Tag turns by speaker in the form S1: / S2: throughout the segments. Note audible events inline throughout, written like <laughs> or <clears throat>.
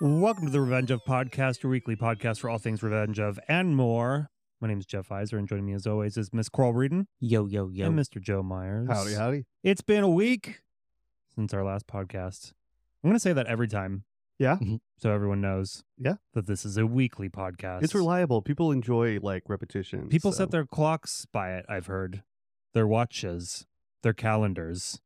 S1: Welcome to the Revenge of Podcast, your weekly podcast for all things Revenge of and more. My name is Jeff Iser, and joining me as always is Miss Coral Reedon
S2: Yo, yo, yo.
S1: and Mr. Joe Myers.
S3: Howdy, howdy.
S1: It's been a week since our last podcast. I'm going to say that every time.
S3: Yeah.
S2: Mhm.
S1: So everyone knows.
S3: Yeah.
S1: That this is a weekly podcast.
S3: It's reliable. People enjoy like repetition.
S1: People
S3: so-
S1: set their clocks by it, I've heard. Their watches, their calendars.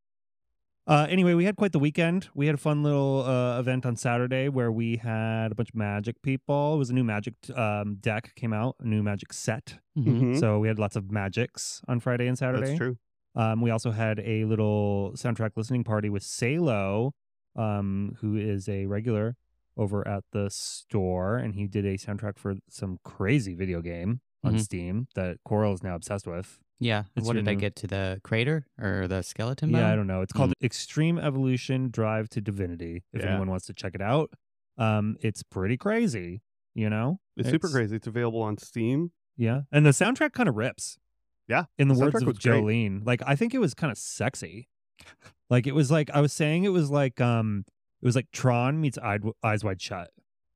S1: Uh, anyway, we had quite the weekend. We had a fun little uh, event on Saturday where we had a bunch of magic people. It was a new magic um, deck came out, a new magic set. <laughs>
S2: Mhm.
S3: Mhm.
S1: So we had lots of magics on Friday and Saturday.
S3: That's true.
S1: Um, we also had a little soundtrack listening party with Salo, um, who is a regular over at the store, and he did a soundtrack for some crazy video game on
S3: Mm-hmm.
S2: Mhm.
S1: Steam that Coral is now obsessed with.
S2: Yeah.
S1: It's
S2: what
S1: your
S2: did I
S1: new-
S2: get to the crater or the skeleton?
S1: Yeah, I
S2: bone?
S1: don't know. It's called Extreme Evolution Drive to Divinity. If
S3: Mm-hmm. Yeah.
S1: anyone wants to check it out, um, it's pretty crazy. You know,
S3: It's, super
S1: It's-
S3: crazy. It's available on Steam.
S1: Yeah, and the soundtrack kind of rips.
S3: Yeah,
S1: in the
S3: the
S1: words
S3: soundtrack
S1: of
S3: was great.
S1: Jolene, like I think it was kind of sexy. Like it was like I was saying, it was like um, it was like Tron meets Eyed, Eyes Wide Shut.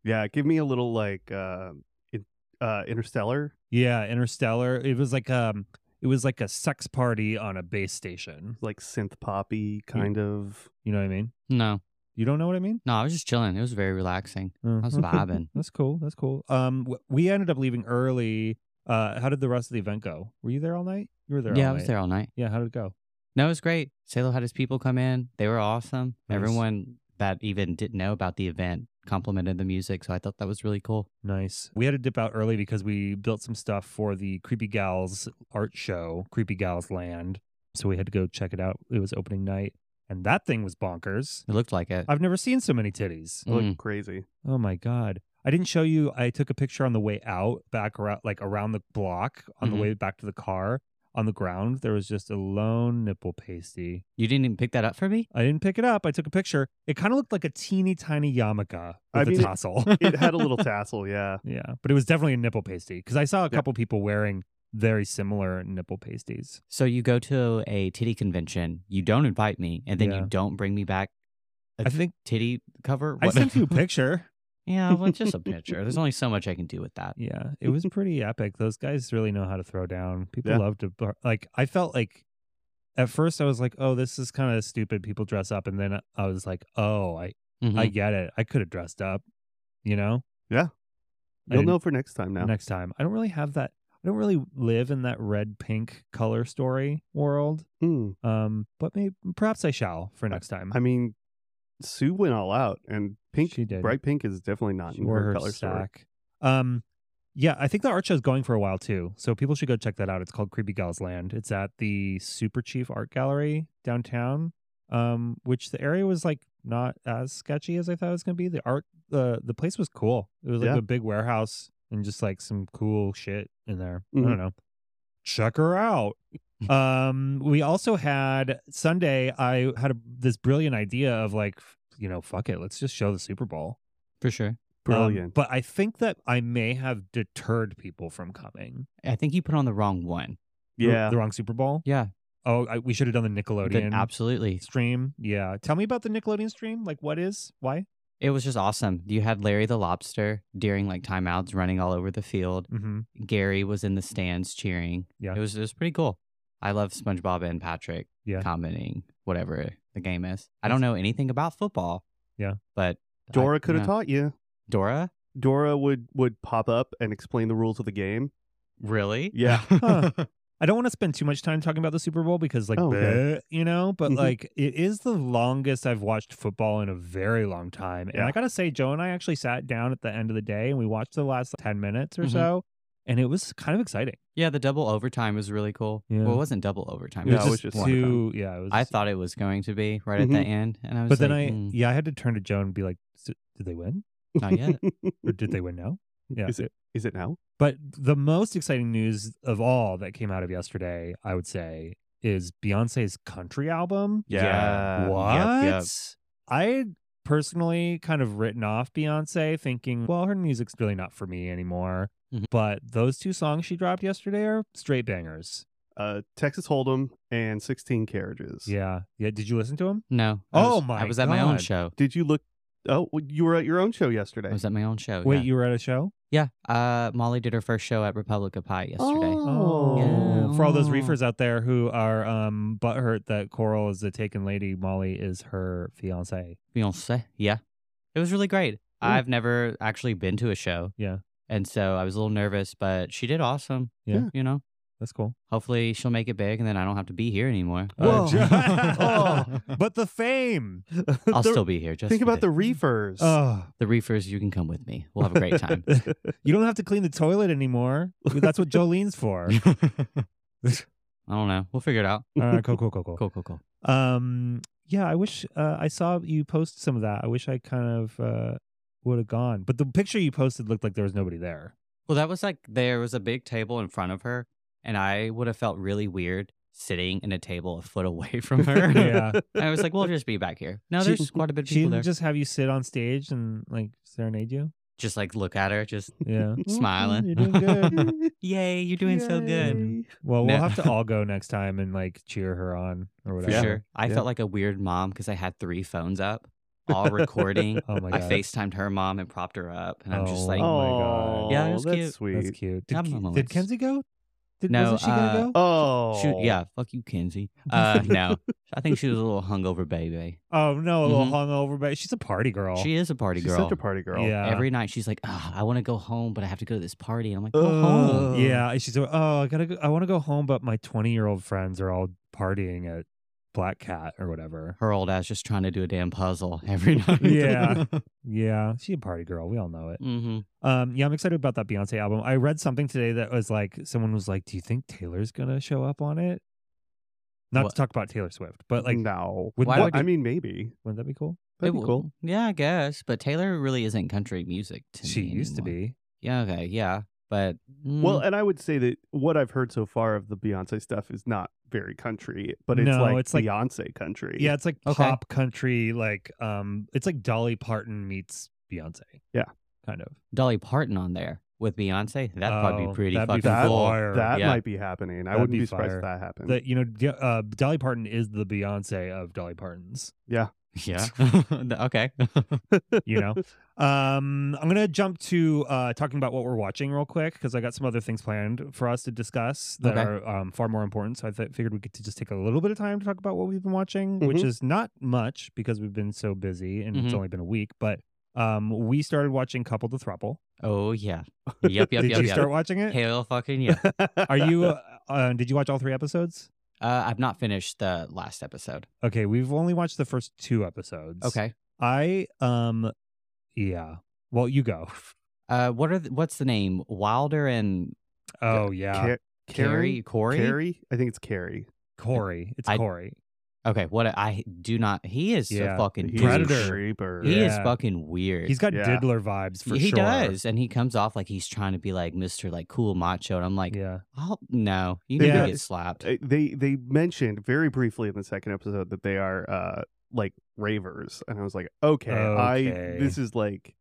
S3: Yeah, give me a little like uh, in, uh Interstellar.
S1: Yeah, Interstellar. It was like um, it was like a sex party on a base station.
S3: like synth poppy
S1: Mm.
S3: kind of.
S1: You know what I mean?
S2: No,
S1: You don't know what I mean?
S2: no. I was just chilling. It was very relaxing.
S1: Oh,
S2: I was
S1: okay.
S2: vibing.
S1: <laughs> That's cool. That's cool. Um, w- we ended up leaving early. Uh, how did the rest of the event go? Were you there all night? You were there.
S2: yeah,
S1: all
S2: I was
S1: night.
S2: there all night.
S1: Yeah, how did it go?
S2: No, it was great. Salo had his people come in. They were awesome.
S1: Nice.
S2: Everyone that even didn't know about the event complimented the music, so I thought that was really cool.
S1: Nice. We had to dip out early because we built some stuff for the Creepy Gals art show, Creepy Gals Land. So we had to go check it out. It was opening night, and that thing was bonkers.
S2: It looked like it.
S1: I've never seen so many titties.
S3: It looked
S2: Mm.
S3: crazy.
S1: Oh my god. I didn't show you. I took a picture on the way out, back around, like around the block, on
S3: Mm-hmm.
S2: Mhm.
S1: the way back to the car. On the ground, there was just a lone nipple pasty.
S2: You didn't even pick that up for me?
S1: I didn't pick it up. I took a picture. It kind of looked like a teeny tiny yarmulke
S3: I
S1: with a
S3: mean, it-
S1: tassel.
S3: It had
S1: <laughs>
S3: a little tassel, yeah.
S1: Yeah, but it was definitely a nipple pasty because I saw a
S3: Yeah.
S1: couple people wearing very similar nipple pasties.
S2: So you go to a titty convention, you don't invite me, and then
S1: Yeah.
S2: you don't bring me back a
S1: I think
S2: titty cover?
S1: I
S2: What-
S1: sent you
S2: <laughs>
S1: a picture.
S2: yeah, well, it's just
S1: <laughs>
S2: a picture. There's only so much I can do with that.
S1: Yeah, <laughs> it was pretty epic. Those guys really know how to throw down. People
S3: Yeah.
S1: love to bar- like. I felt like at first I was like, "Oh, this is kind of stupid." People dress up, and then I was like, "Oh, I
S2: Mhm.
S1: I get it. I could have dressed up." You know, I
S3: You'll
S1: didn't-
S3: know for next time now.
S1: next time I don't really have that. I don't really live in that red pink color story world.
S3: Hmm.
S1: Um, but maybe perhaps I shall for next time.
S3: I mean, Sue went all out, and pink,
S1: She did.
S3: bright pink is definitely not
S1: She
S3: in
S1: wore
S3: her,
S1: her
S3: color story.
S1: sack. Um, yeah, I think the art show's going for a while too, so people should go check that out. It's called Creepy Gal's Land. It's at the Super Chief Art Gallery downtown, um, which the area was like not as sketchy as I thought it was going to be. The art, the the place was cool. It was like
S3: Yeah.
S1: a big warehouse and just like some cool shit in there. I
S3: Mhm.
S1: don't know. Check her
S3: <laughs>
S1: out. um, we also had Sunday. I had a, this brilliant idea of like, you know, fuck it, let's just show the Super Bowl.
S2: For sure.
S1: Um,
S3: Brilliant.
S1: but I think that I may have deterred people from coming.
S2: I think you put on the wrong one.
S1: The-
S3: yeah.
S1: The, wrong Super Bowl.
S2: Yeah.
S1: Oh, I, we should have done the Nickelodeon
S2: Then absolutely.
S1: stream. Yeah. Tell me about the Nickelodeon stream. Like, what is? Why?
S2: It was just awesome. You had Larry the lobster during like timeouts running all over the field.
S3: <laughs>
S1: Mm-hmm.
S2: Gary was in the stands cheering.
S1: Yeah.
S2: It was it was pretty cool. I love SpongeBob and Patrick
S1: Yeah.
S2: commenting whatever the game is. I don't know anything about football.
S1: Yeah.
S2: But I-
S3: Dora
S2: you
S3: could have
S2: know,
S3: taught you.
S2: Dora?
S3: Dora would would pop up and explain the rules of the game.
S2: Really?
S3: Yeah.
S1: <laughs> Huh. I don't want to spend too much time talking about the Super Bowl because, like,
S3: Oh,
S1: bleh,
S3: okay.
S1: you know, but
S3: Mhm.
S1: like, it is the longest I've watched football in a very long time. And
S3: Yeah.
S1: I got to say, Joe and I actually sat down at the end of the day and we watched the last 10 minutes or
S3: Mm-hmm.
S2: Mhm.
S1: so. And it was kind of exciting.
S2: yeah, the double overtime was really cool.
S1: Yeah.
S2: Well, it wasn't double overtime.
S3: It was
S2: it was
S3: just
S2: just
S3: one
S2: two.
S1: too, yeah. It was
S2: I
S1: just-
S2: thought it was going to be right
S3: Mhm.
S2: at the end. And I was
S1: But then
S2: like,
S1: I,
S2: "Hmm,
S1: yeah, I had to turn to Joan and be like, "S- "Did they win?
S2: not yet.
S1: Or did
S2: <laughs>
S1: they win now?" Yeah.
S3: Is it- Is it now?
S1: But the most exciting news of all that came out of yesterday, I would say, is Beyonce's country album.
S2: Yeah.
S1: What?
S2: yep, yep.
S1: I had personally kind of written off Beyonce, thinking, well, her music's really not for me anymore.
S2: Mhm.
S1: But those two songs she dropped yesterday are straight bangers.
S3: Uh, Texas Hold'em and 16 Carriages.
S1: Yeah. Yeah. Did you listen to them?
S2: No. I was-
S1: Oh my
S2: I was at my own
S1: God.
S2: show.
S3: Did you look Oh, well, you were at your own show yesterday.
S2: I was at my own show.
S1: Wait,
S2: Oh, yeah.
S1: you were at a show?
S2: yeah. Uh, Molly did her first show at Republic of Pie yesterday.
S3: Oh.
S2: Yeah.
S1: For all those
S2: Oh.
S1: reefers out there who are um butthurt that Coral is the taken lady, Molly is her fiance.
S2: Beyonce. Yeah. It was really great. I've never actually been to a show.
S1: Yeah.
S2: And so I was a little nervous, but she did awesome.
S1: Yeah. Yeah.
S2: You know,
S1: That's cool.
S2: hopefully she'll make it big and then I don't have to be here anymore.
S1: Uh,
S3: Whoa. <laughs>
S1: <laughs> j- but the fame.
S2: I'll
S3: The-
S2: still be here. Just
S3: think
S2: for
S3: about
S2: the,
S3: the reefers.
S1: Oh,
S2: the reefers. You can come with me. We'll have a
S1: <laughs>
S2: great time.
S1: you don't have to clean the toilet anymore. That's what Jolene's for.
S2: I don't know. We'll figure it out.
S1: All right, cool, cool, cool, cool.
S2: Cool, cool, cool.
S1: Um, yeah, I wish uh, I saw you post some of that. I wish I kind of uh, would have gone, but the picture you posted looked like there was nobody there.
S2: <laughs> Well, that was like there was a big table in front of her, and I would have felt really weird sitting in a table a foot away from
S1: <laughs>
S2: her.
S1: Yeah.
S2: And I was like, we'll just be back here. No,
S1: She-
S2: there's quite a bit of
S1: She
S2: people
S1: didn't
S2: there. Just,
S1: just have you sit on stage and like serenade you.
S2: like look at her, just
S1: Yeah.
S2: <laughs> smiling.
S1: You're doing good.
S2: Yay, you're <laughs> doing so good.
S3: Yay.
S1: Well, we'll
S2: No.
S1: have to all
S2: <laughs>
S1: go next time and like cheer her on or
S2: For
S1: whatever.
S3: Yeah.
S2: sure. I
S3: Yeah.
S2: felt like a weird mom because I had three phones up,
S3: <laughs>
S2: all recording.
S1: Oh my
S2: I
S1: god.
S2: FaceTimed her mom and propped her up. And I'm
S1: Oh,
S2: just like,
S1: wow.
S3: Oh,
S1: God.
S2: Yeah, it was
S3: that's
S2: cute.
S3: sweet.
S1: That's cute. Did,
S2: I'm
S1: Ke-
S2: on the
S1: did
S2: list.
S1: Kenzie go? Did,
S2: No,
S1: wasn't she
S2: uh,
S1: gonna go?
S3: Oh,
S2: shoot, yeah, fuck you,
S3: <laughs>
S2: Kenzie. Uh, no, I think she was a little hungover baby.
S1: Oh no, a little
S2: Mhm.
S1: hungover, but she's a party girl.
S2: She is a party
S3: she's
S2: girl.
S3: such a party girl.
S1: Yeah.
S2: Every night she's like, "Ugh, I want to go home, but I have to go to this party. I'm like, go
S3: Ugh.
S2: home.
S1: yeah, and she's like, oh, I gotta, go, I want to go home, but my twenty-year-old friends are all partying at Black Cat or whatever.
S2: Her old ass just trying to do a damn puzzle every <laughs> night.
S1: Yeah. Yeah, she a party girl. We all know it.
S2: hmm
S1: Um, yeah, I'm excited about that Beyonce album. I read something today that was like, someone was like, "Do you think Taylor's gonna show up on it?" Not
S2: What?
S1: to talk about Taylor Swift, but like,
S3: no.
S1: would
S2: Why
S1: that,
S2: would
S3: I mean, maybe.
S1: wouldn't that be cool?
S3: That'd
S2: It
S3: be
S2: w-
S3: cool.
S2: Yeah, I guess. But Taylor really isn't country music to
S1: She
S2: me.
S1: used to
S2: anymore.
S1: be. uh
S2: Yeah, okay, yeah. But mm,
S3: Well, and I would say that what I've heard so far of the Beyonce stuff is not very country, but it's
S1: No,
S3: like
S1: it's like-
S3: Beyonce country.
S1: Yeah, it's like
S2: Okay.
S1: pop country, like um, it's like Dolly Parton meets Beyonce.
S3: Yeah.
S1: kind of.
S2: Dolly Parton on there with Beyonce, that'd probably
S1: Oh,
S2: be pretty
S1: that'd be
S2: fucking
S3: that,
S2: cool.
S1: <laughs> fire.
S3: that
S2: Yeah.
S3: might be happening. I
S1: That'd
S3: wouldn't
S1: be
S3: be, surprised
S1: fire.
S3: if that happened.
S1: That you know, D- uh, Dolly Parton is the Beyonce of Dolly Partons.
S2: Yeah. <laughs> okay. <laughs>
S1: You know, <laughs> um, I'm gonna jump to uh, talking about what we're watching real quick because I got some other things planned for us to discuss that
S2: Okay.
S1: are um, far more important. So I th- figured we could just take a little bit of time to talk about what we've been watching, which
S3: Mhm.
S2: Mm-hmm.
S1: is not much because we've been so busy and it's
S2: Mhm.
S1: only been a week. But um, we started watching Couple to Throuple.
S2: oh yeah. Yep. Yep.
S1: Did
S2: yep.
S1: you
S2: yep.
S1: start watching it?
S2: Hell fucking yeah. uh,
S1: Are you?
S2: <laughs>
S3: <laughs>
S1: Uh, uh, did you watch all three episodes?
S2: I've not finished the last episode.
S1: Okay, we've only watched the first two episodes.
S2: Okay.
S1: I um, yeah. Well, you go. <laughs>
S2: Uh, what are the, what's the name? Wilder and
S1: Oh yeah,
S3: Ca-
S2: Carrie
S3: Carrie?
S2: Corey.
S3: Carrie? I think it's Carrie.
S1: Corey. It's
S2: I-
S1: Corey.
S2: Okay, what I do not. He is
S1: Yeah,
S2: a fucking
S3: He's a
S2: douche.
S1: Predator.
S3: creeper.
S2: He is
S1: Yeah.
S2: fucking weird.
S1: He's got
S3: Yeah.
S1: diddler vibes for
S2: he
S1: sure.
S2: does, and he comes off like he's trying to be like Mister like cool macho, and I'm like,
S1: yeah. Eh
S2: oh no, you
S1: They
S2: need
S1: got-
S2: to get slapped.
S3: Uh, They they mentioned very briefly in the second episode that they are uh like ravers, and I was like, okay,
S1: Okay.
S3: I this is like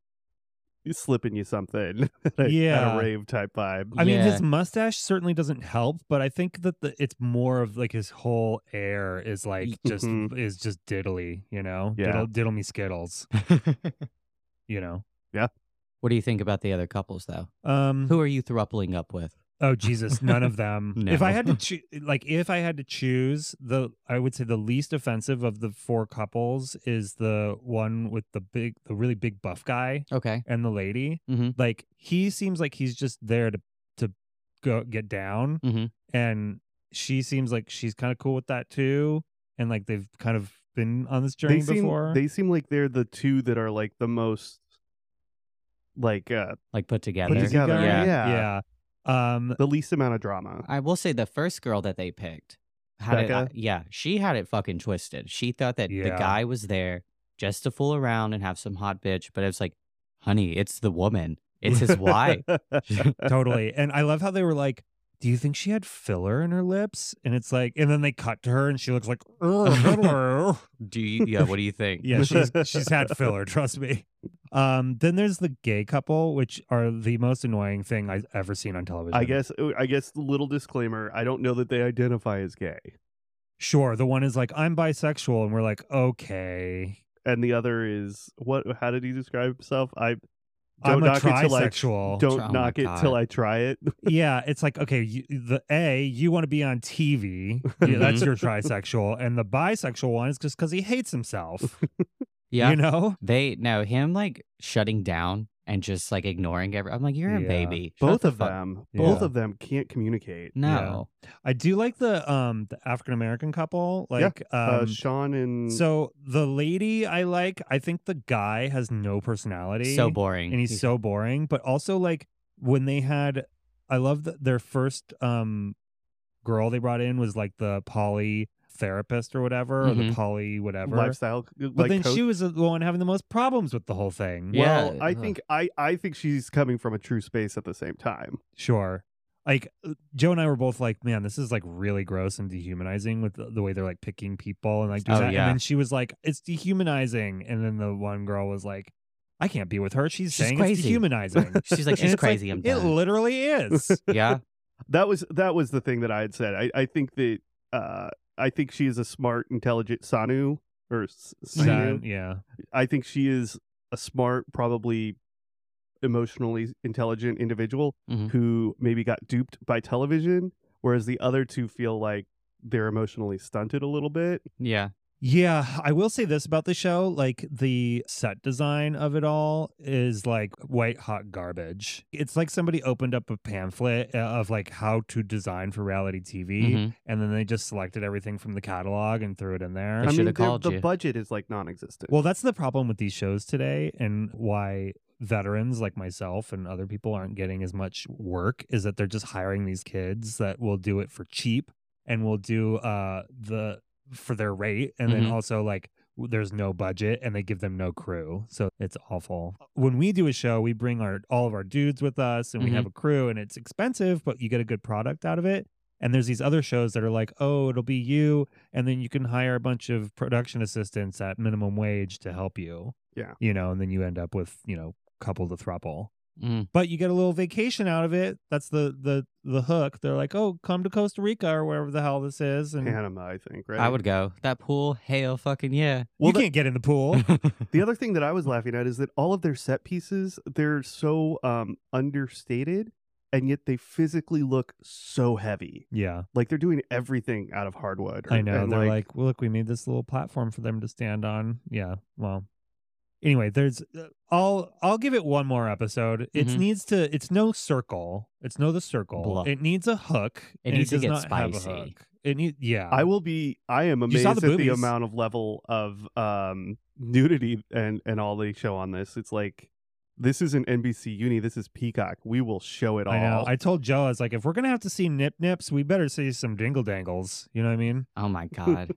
S3: slipping you something. <laughs>
S1: Yeah.
S3: at a rave type vibe.
S1: I mean, his
S2: Yeah.
S1: mustache certainly doesn't help, but I think that the, it's more of like his whole air is like just
S2: Mm-hmm.
S3: Mhm.
S1: is just diddly, you know, diddle,
S3: Yeah.
S1: diddle me <laughs> skittles, you know.
S2: What do you think about the other couples though?
S1: Um,
S2: Who are you throupling up with?
S1: Oh Jesus, none of <laughs> them. If I
S2: No.
S1: had to choo- like if I had to choose the I would say the least offensive of the four couples is the one with the big the really big buff guy
S2: Okay,
S1: and the lady.
S3: Mm-hmm.
S2: Mhm.
S1: Like he seems like he's just there to to go get down
S3: Mm-hmm.
S2: Mhm.
S1: and she seems like she's kind of cool with that too and like they've kind of been on this journey
S3: They seem
S1: before.
S3: they seem like they're the two that are like the most like uh
S2: like put together.
S1: Put
S3: together,
S1: Yeah.
S3: yeah.
S1: Yeah. Um
S3: the least amount of drama.
S2: I will say the first girl that they picked had it. uh,
S3: Becca?
S2: yeah, she had it fucking twisted. She thought that the
S1: Yeah.
S2: guy was there just to fool around and have some hot bitch, but it's like, honey, it's the woman.
S1: <laughs>
S2: It's his wife.
S3: <laughs>
S1: totally. And I love how they were like, "Do you think she had filler in her lips?" And it's like, and then they cut to her, and she looks like, <laughs> "Ugh, hello."
S2: Do you? Yeah. What do you think?
S1: yeah, she's she's had filler. Trust me. Um, then there's the gay couple, which are the most annoying thing I've ever seen on television.
S3: I guess uh, I guess little disclaimer, I don't know that they identify as gay.
S1: Sure, the one is like, "I'm bisexual," and we're like, "Okay."
S3: and the other is what? How did he describe himself? I
S1: I'm
S3: don't
S1: a
S3: knock it till I
S1: trisexual.
S3: don't <laughs>
S2: Oh my
S3: knock it till
S2: God.
S3: I try it. <laughs>
S1: yeah, it's like okay, you, the A, you want to be on
S3: <laughs>
S1: TV. Yeah, that's your trisexual, and the bisexual one is just because he hates himself.
S2: <laughs> Yeah.
S1: you know.
S2: They no him like shutting down and just like ignoring every. I'm like, you're
S1: Yeah.
S2: a baby. Shut
S3: both
S2: the
S3: of
S2: fuck-
S3: them, both
S1: Yeah.
S3: of them can't communicate.
S2: No.
S1: I do like the um the African American couple,
S3: Yeah,
S1: like
S3: uh,
S1: um.
S3: Sean and
S1: so the lady I like, I think the guy has no personality.
S2: So boring.
S1: and he's so boring. But also, like when they had, I love that their first um girl they brought in was like the poly therapist or whatever, or the
S2: Mhm.
S1: poly whatever.
S3: lifestyle. uh, Like
S1: but then
S3: coach.
S1: she was the one having the most problems with the whole thing.
S2: Yeah.
S3: Well, I
S2: ugh.
S3: think I I think she's coming from a true space at the same time.
S1: Sure. Like uh, Joe and I were both like, man, this is like really gross and dehumanizing with the, the way they're like picking people and like doing
S2: Oh,
S1: that.
S2: yeah.
S1: And then she was like, it's dehumanizing. And then the one girl was like, I can't be with her. She's,
S2: She's
S1: saying it's
S2: crazy.
S1: dehumanizing.
S2: <laughs>
S1: <laughs>
S2: She's <laughs> like,
S1: And it's
S2: she's crazy. I'm
S1: It
S2: done.
S1: literally is. <laughs>
S2: yeah.
S3: That was that was the thing that I had said. I I think that uh I think she is a smart, intelligent Sanu or S-
S1: Sad,
S3: Sanu.
S1: yeah.
S3: I think she is a smart, probably emotionally intelligent individual
S2: Mhm.
S3: who maybe got duped by television, whereas the other two feel like they're emotionally stunted a little bit.
S2: Yeah.
S1: Yeah, I will say this about the show. Like, the set design of it all is like white hot garbage. It's like somebody opened up a pamphlet uh, of like how to design for reality TV,
S2: Mhm.
S1: and then they just selected everything from the catalog and threw it in there.
S2: They
S3: I
S2: should
S3: mean,
S2: have
S3: they're-
S2: called
S3: the
S2: you.
S3: budget is like non-existent.
S1: Well, that's the problem with these shows today, and why veterans like myself and other people aren't getting as much work is that they're just hiring these kids that will do it for cheap and will do uh the for their rate, and then
S2: Mhm.
S1: also like w- there's no budget and they give them no crew, so it's awful. When we do a show, we bring our all of our dudes with us, and we
S2: Mhm.
S3: Mm-hmm.
S1: have a crew, and it's expensive, but you get a good product out of it. And there's these other shows that are like, oh, it'll be you and then you can hire a bunch of production assistants at minimum wage to help you.
S3: Yeah.
S1: You know, and then you end up with, you know, couple to throuple.
S2: Mm.
S1: But you get a little vacation out of it. That's the the the hook. They're like, "Oh, come to Costa Rica or wherever the hell this is." And
S3: Panama, I think, right?
S2: I would go that pool. Hell, fucking
S1: <laughs>
S2: yeah. <laughs> Oh
S1: you
S3: Well, the-
S1: can't get in the
S3: <laughs>
S1: pool.
S3: The other thing that I was laughing at is that all of their set pieces, they're so um, understated and yet they physically look so heavy.
S1: yeah.
S3: Like they're doing everything out of hardwood.
S1: I know.
S3: And,
S1: They're like, well, "Look, we made this little platform for them to stand on." Yeah. Well, anyway, there's uh, I'll I'll give it one more episode. It
S2: Mhm.
S1: needs to it's no circle. It's no the circle.
S2: Blah.
S1: It needs a hook.
S2: It
S1: and
S2: needs to
S1: does
S2: get
S1: not have a
S2: spicy.
S1: hook. It need yeah.
S3: I will be I am
S1: Um, You
S3: amazed
S1: saw
S3: at
S1: the
S3: the
S1: boobies.
S3: amount of level of um, nudity and and all they show on this. It's like this isn't NBC Uni, this is Peacock. We will show it all.
S1: I know.
S3: <laughs>
S1: I told Joe, I was like, if we're gonna have to see nip nips, we better see some dingle dangles. You know what I mean?
S2: oh my god.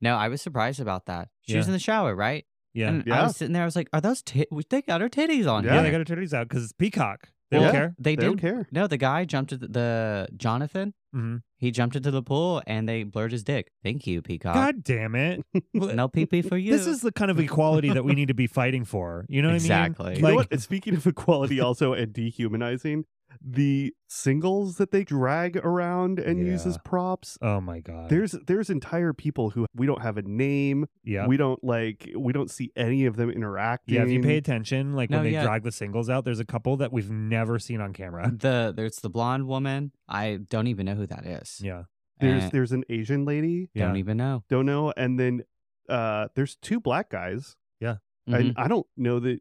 S2: No, I was surprised about that. She was
S1: Yeah.
S2: in the shower, right?
S1: Yeah.
S2: And
S3: Yeah.
S2: I was sitting there. I was like, are those tit? They got her titties on.
S1: yeah,
S3: Yeah.
S1: they
S2: here.
S1: got their titties out because it's peacock. They
S3: Yeah.
S1: don't care.
S2: They
S3: they don't
S2: did.
S3: care.
S2: No, the guy jumped at the, the Jonathan.
S1: hmm
S2: He jumped into the pool and they blurred his dick. Thank you, Peacock.
S1: God damn it! Well,
S2: No pee pee for you.
S1: This is the kind of equality that we need to be fighting for. You know what I
S2: Exactly.
S1: mean?
S3: You know what? And Speaking
S1: <laughs>
S3: of <laughs> equality, also and dehumanizing, the singles that they drag around and use as
S1: Yeah.
S3: props.
S1: Oh my god.
S3: There's there's entire people who we don't have a name.
S1: yeah.
S3: We don't like we don't see any of them interacting.
S1: yeah, if you pay attention, like
S2: No,
S1: when they
S2: yeah.
S1: drag the singles out, there's a couple that we've never seen on <laughs> camera.
S2: the there's the blonde woman. I don't even know who that is.
S1: Yeah.
S3: there's
S2: Uh,
S3: there's an Asian lady,
S1: Yeah.
S2: don't even know.
S3: don't know, and then uh there's two black guys.
S2: Mhm.
S3: And I don't know that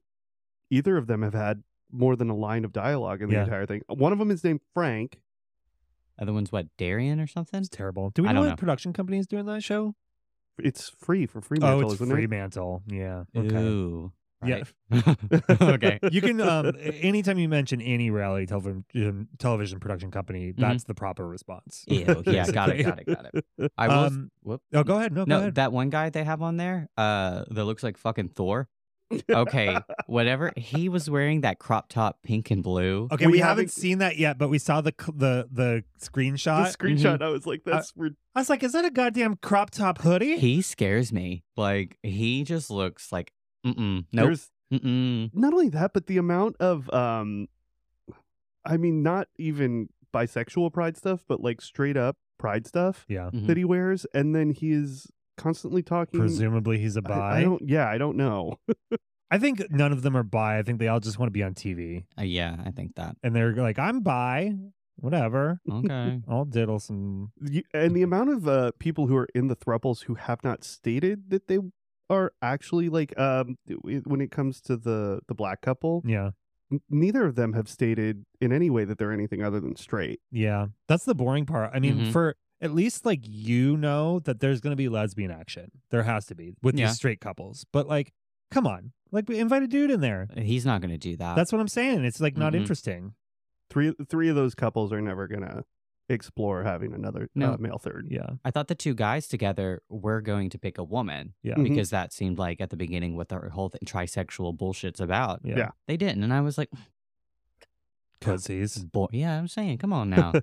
S3: either of them have had more than a line of dialogue in the
S1: Yeah.
S3: entire thing. One of them is named Frank.
S2: Other one's what Darian or something.
S1: It's terrible. Do we
S2: I
S1: know
S2: don't
S1: what
S2: know.
S1: production company is doing that show?
S3: It's free for Fremantle,
S1: oh, it's
S3: isn't it?
S1: Fremantle. Yeah. Okay.
S2: Ooh.
S1: Yeah. <laughs>
S2: right. <laughs> okay.
S1: you can
S3: <laughs>
S1: um anytime you mention any reality television television production company that's the proper response
S2: Ew, Mm-hmm. yeah, got it, got it, got it.
S1: <laughs>
S2: I will. s-
S1: Um,
S2: whoop.
S1: oh go ahead no, go
S2: no,
S1: ahead
S2: that one guy they have on there, uh, that looks like fucking Thor.
S1: <laughs>
S2: Okay, whatever. He was wearing that crop top, pink and blue.
S1: okay we,
S3: we
S1: haven't,
S3: haven't-
S1: seen that yet but we saw the cl- the the
S3: The
S1: screenshot
S3: screenshot, I was like,
S1: Uh,
S3: that's rid-
S1: i was like is that a goddamn crop top hoodie
S2: He scares me. Like he just looks like mm-mm. Nope.
S3: There's
S2: Mm-mm.
S3: not only that, but the amount of um I mean, not even bisexual pride stuff, but like straight up pride stuff
S1: yeah
S2: Mhm.
S3: that he wears, and then he is constantly talking.
S1: Presumably he's a
S3: I-
S1: bi.
S3: I, don't. Yeah, I don't know.
S1: I think none of them are bi. I think they all just want to be on TV.
S2: Uh, yeah, I
S1: <laughs>
S2: think that.
S1: And they're like, I'm bi. Whatever.
S2: Okay.
S1: I'll diddle some.
S3: You- and the amount of uh, people who are in the thruples who have not stated that they are actually like um w- when it comes to the the black couple
S1: Yeah.
S3: n- neither of them have stated in any way that they're anything other than straight
S1: Yeah. That's the boring part. I mean,
S2: Mhm.
S1: for at least like you know that there's going to be lesbian action. There has to be with
S2: Yeah.
S1: these straight couples. But like, come on. Like, we invite a dude in there.
S2: He's not going to do that.
S1: That's what I'm saying. It's like not
S2: Mhm.
S1: interesting.
S3: three three of those couples are never gonna explore having another
S2: No.
S3: uh, male third
S1: Yeah.
S2: I thought the two guys together were going to pick a woman
S1: Yeah.
S3: Mhm.
S2: because that seemed like at the beginning what their whole th- trisexual bullshit's about.
S1: Yeah.
S3: Yeah.
S2: They didn't. And I was like,
S1: Pussies.
S2: boy, yeah, I'm saying, come
S1: <laughs>
S2: on now.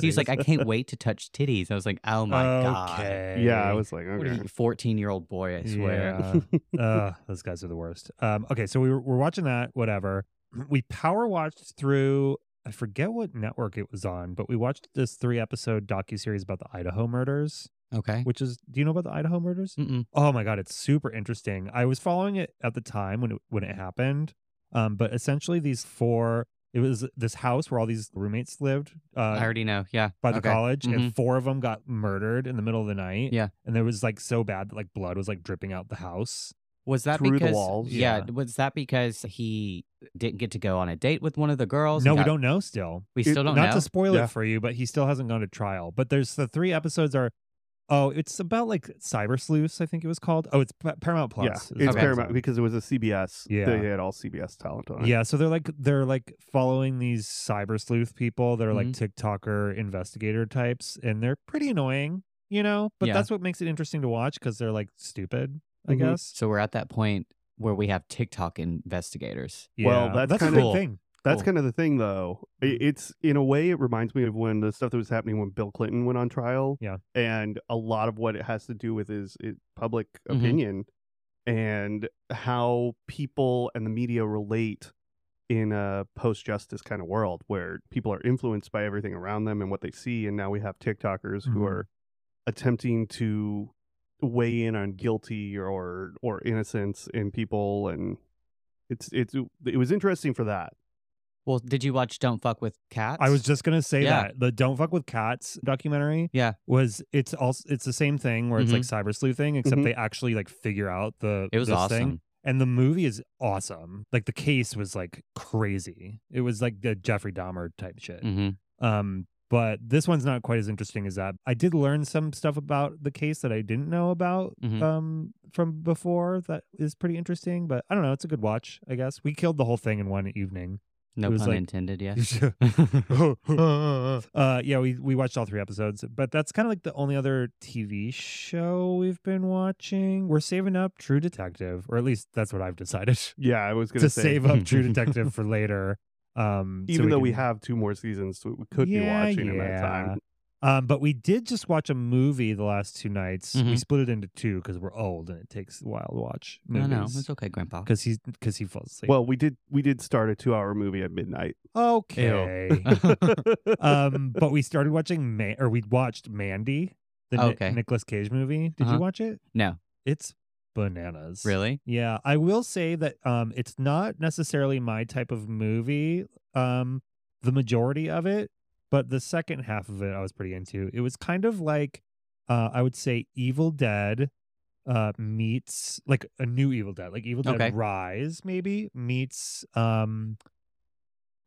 S2: He's like, I can't wait to touch titties. I was like, oh my God.
S1: okay.
S3: yeah i was like
S2: What are
S3: okay
S2: you, 14 year old boy, I swear.
S1: Yeah. uh, those guys are the worst. Um, okay, so we were, we're watching that, whatever. <clears throat> We power watched through, I forget what network it was on, but we watched this three episode docuseries about the Idaho murders,
S2: <laughs> Okay.
S1: which is, do you know about the Idaho murders?
S2: Mm-mm.
S1: Oh my God, it's super interesting. I was following it at the time when it, when it happened, um, but essentially these four, it was this house where all these roommates lived. Uh,
S2: I already know. Yeah.
S1: by the
S2: Okay.
S1: college
S2: Mhm.
S1: and four of them got murdered in the middle of the night
S2: Yeah.
S1: and there was like so bad that like blood was like dripping out the house
S2: Was that
S3: Through the
S2: because
S3: walls.
S2: Yeah,
S1: Yeah.
S2: Was that because he didn't get to go on a date with one of the girls?
S1: no
S2: and
S1: we
S2: got-
S1: don't know still
S2: We
S3: It-
S2: still don't
S1: not
S2: know.
S1: to spoil
S3: Yeah.
S1: it for you but he still hasn't gone to trial but there's the three episodes are oh it's about like cyber sleuths i think it was called oh it's Pa- paramount plus
S3: yeah
S1: is
S3: it's
S1: what it's
S3: paramount
S1: on.
S3: because it was a cbs
S1: Yeah.
S3: they had all cbs talent on it.
S1: yeah so they're like they're like following these cyber sleuth people that are like
S2: Mm-hmm.
S1: tiktoker investigator types and they're pretty annoying you know but
S2: Yeah.
S1: that's what makes it interesting to watch because they're like stupid i
S3: Mhm.
S1: guess
S2: So we're at that point where we have TikTok investigators.
S3: Well,
S1: Yeah.
S3: that's
S1: that's a
S3: kinda-
S1: big thing.
S3: That's
S2: Cool.
S3: kind of the thing, though. I- It's in a way, it reminds me of when the stuff that was happening when Bill Clinton went on trial.
S1: Yeah.
S3: and a lot of what it has to do with is it, public
S2: Mhm.
S3: opinion and how people and the media relate in a post-justice kind of world where people are influenced by everything around them and what they see. And now we have TikTokers who
S1: Mhm.
S3: are attempting to weigh in on guilty or or innocence in people and. It's it's it was interesting for that.
S2: Well, did you watch Don't Fuck with Cats?
S1: I was just gonna say
S2: Yeah.
S1: that the "Don't Fuck with Cats" documentary,
S2: Yeah. Mm-hmm.
S1: was it's also it's the same thing where it's like cyber sleuthing, except
S3: Mhm.
S1: they actually like figure out the
S2: It was
S1: this
S2: awesome.
S1: thing. and the movie is awesome. Like the case was like crazy. It was like the Jeffrey Dahmer type shit.
S2: hmm
S1: Um, but this one's not quite as interesting as that. I did learn some stuff about the case that I didn't know about
S2: Mhm.
S1: um from before that is pretty interesting. But I don't know. It's a good watch, I guess. We killed the whole thing in one evening.
S2: No
S1: It was
S2: pun
S1: like-
S2: intended. Yeah.
S3: <laughs>
S1: <laughs> uh, yeah, we we watched all three episodes, but that's kind of like the only other TV show we've been watching. We're saving up True Detective, or at least that's what I've decided <laughs>
S3: Yeah, I was gonna
S1: to
S3: say,
S1: save up
S3: <laughs>
S1: True Detective for later. Um, so
S3: Even though we
S1: can-
S3: have two more seasons, we we could
S1: Yeah,
S3: be watching in that time.
S1: um, but we did just watch a movie the last two nights. We
S3: Mm-hmm.
S2: Mhm.
S1: split it into two because we're old and it takes a while to watch
S2: no, no, it's
S1: movies.
S2: okay, Grandpa.
S1: Because he because he falls asleep.
S3: Well, we did we did start a two hour movie
S1: <laughs>
S3: at midnight.
S1: okay.
S3: <laughs>
S1: um, but we started watching Ma- or we watched Mandy, the
S2: Okay.
S1: Nicholas Cage movie. Did
S2: Uh-huh.
S1: you watch it?
S2: <laughs> No.
S1: It's bananas.
S2: really?
S1: Yeah, I will say that um, it's not necessarily my type of movie. Um, the majority of it, but the second half of it, I was pretty into. It was kind of like, uh, I would say, Evil Dead uh meets like a new evil dead like evil dead
S2: Okay.
S1: rise maybe meets um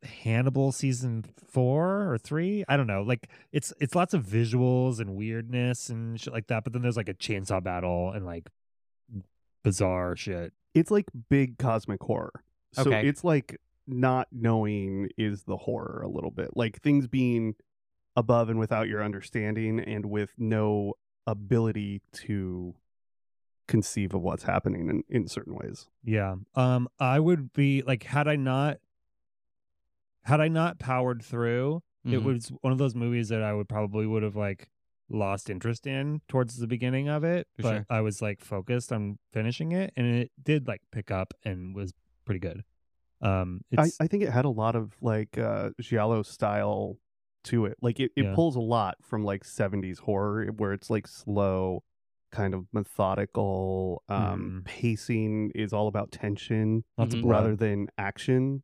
S1: hannibal season four or three i don't know like it's it's lots of visuals and weirdness and shit like that but then there's like a chainsaw battle and like bizarre shit
S3: It's like big cosmic horror. So
S2: Okay.
S3: it's like not knowing is the horror a little bit. Like things being above and without your understanding and with no ability to conceive of what's happening in, in certain ways.
S1: Yeah. Um I would be like had I not had I not powered through, it
S2: Mhm.
S1: was one of those movies that I would probably would have like lost interest in towards the beginning of it,
S2: For
S1: but
S2: sure.
S1: I was like focused on finishing it and it did like pick up and was pretty good. Um
S3: I,
S1: it's
S3: I think it had a lot of like uh giallo style to it like it, it
S1: Yeah.
S3: eh, pulls a lot from like 70s horror where it's like slow kind of methodical um pacing is all about tension
S1: Mm-hmm. Lots
S2: Mhm.
S1: of blood.
S3: rather than action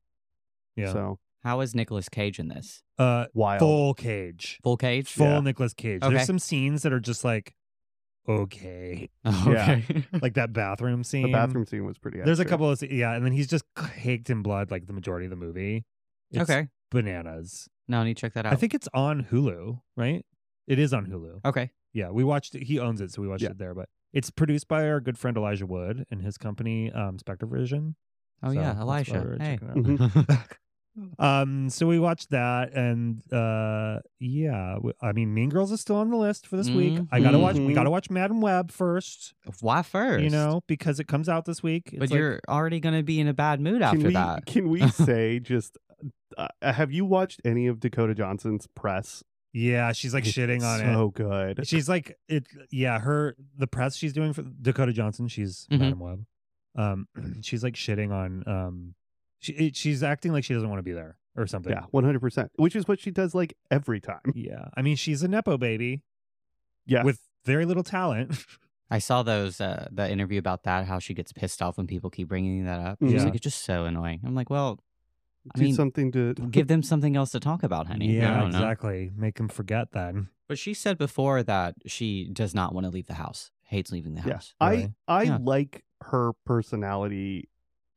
S1: yeah.
S3: so
S2: How is Nicolas Cage in this?
S1: uh,
S3: wild
S1: full cage,
S2: Full Cage?
S1: full
S3: Yeah.
S1: Nicolas Cage.
S2: Okay.
S1: There's some scenes that are just like, okay,
S2: Oh,
S3: Yeah.
S2: okay.
S1: <laughs> like that bathroom scene.
S3: the bathroom scene was pretty
S1: There's a
S3: accurate.
S1: couple <laughs> of yeah, and then he's just caked in blood like the majority of the movie. It's
S2: <laughs> okay.
S1: bananas.
S2: No, I need to check that out.
S1: I think it's on Hulu, right? It is on Hulu.
S2: Okay.
S1: Yeah, we watched it. He owns it, so we watched
S3: Yeah.
S1: it there. But it's produced by our good friend Elijah Wood and his company, um, Spectre Vision.
S2: Oh,
S1: So
S2: yeah.
S1: that's why we
S2: Elisha.
S1: were
S2: Hey.
S1: checking it out. <laughs> Um, so we watched that, and uh, yeah, w- I mean, Mean Girls is still on the list for this week. I gotta watch. We
S3: Mhm.
S1: gotta watch Madam Web first,
S2: Why first?
S1: you know, because it comes out this week. It's
S2: but
S1: like-
S2: you're already going to be in a bad mood
S3: can
S2: after
S3: we
S2: that.
S1: <laughs>
S3: can we say just uh, have you watched any of Dakota Johnson's press
S1: yeah, she's like
S3: It's
S1: shitting on it.
S3: so good
S1: She's like it. Yeah, her the press she's doing for Dakota Johnson. She's
S2: Mhm.
S1: Madam Web. Um, <clears throat> she's like shitting on. Um, she it, she's acting like she doesn't want to be there or something.
S3: yeah 100% which is what she does like every time
S1: yeah. I mean, she's a nepo baby
S3: yeah
S1: with very little talent.
S2: I saw those uh, the interview about that, how she gets pissed off when people keep bringing that up. She's
S1: Yeah.
S2: like, it's just so annoying. I'm like, well, I
S3: do
S2: mean,
S3: something to
S2: give them something else to talk about, honey. I
S1: yeah,
S2: don't know.
S1: exactly. Make him forget then.
S2: But she said before that she does not want to leave the house. Hates leaving the
S3: Yeah.
S2: house.
S1: Really?
S3: I I
S2: Yeah.
S3: like her personality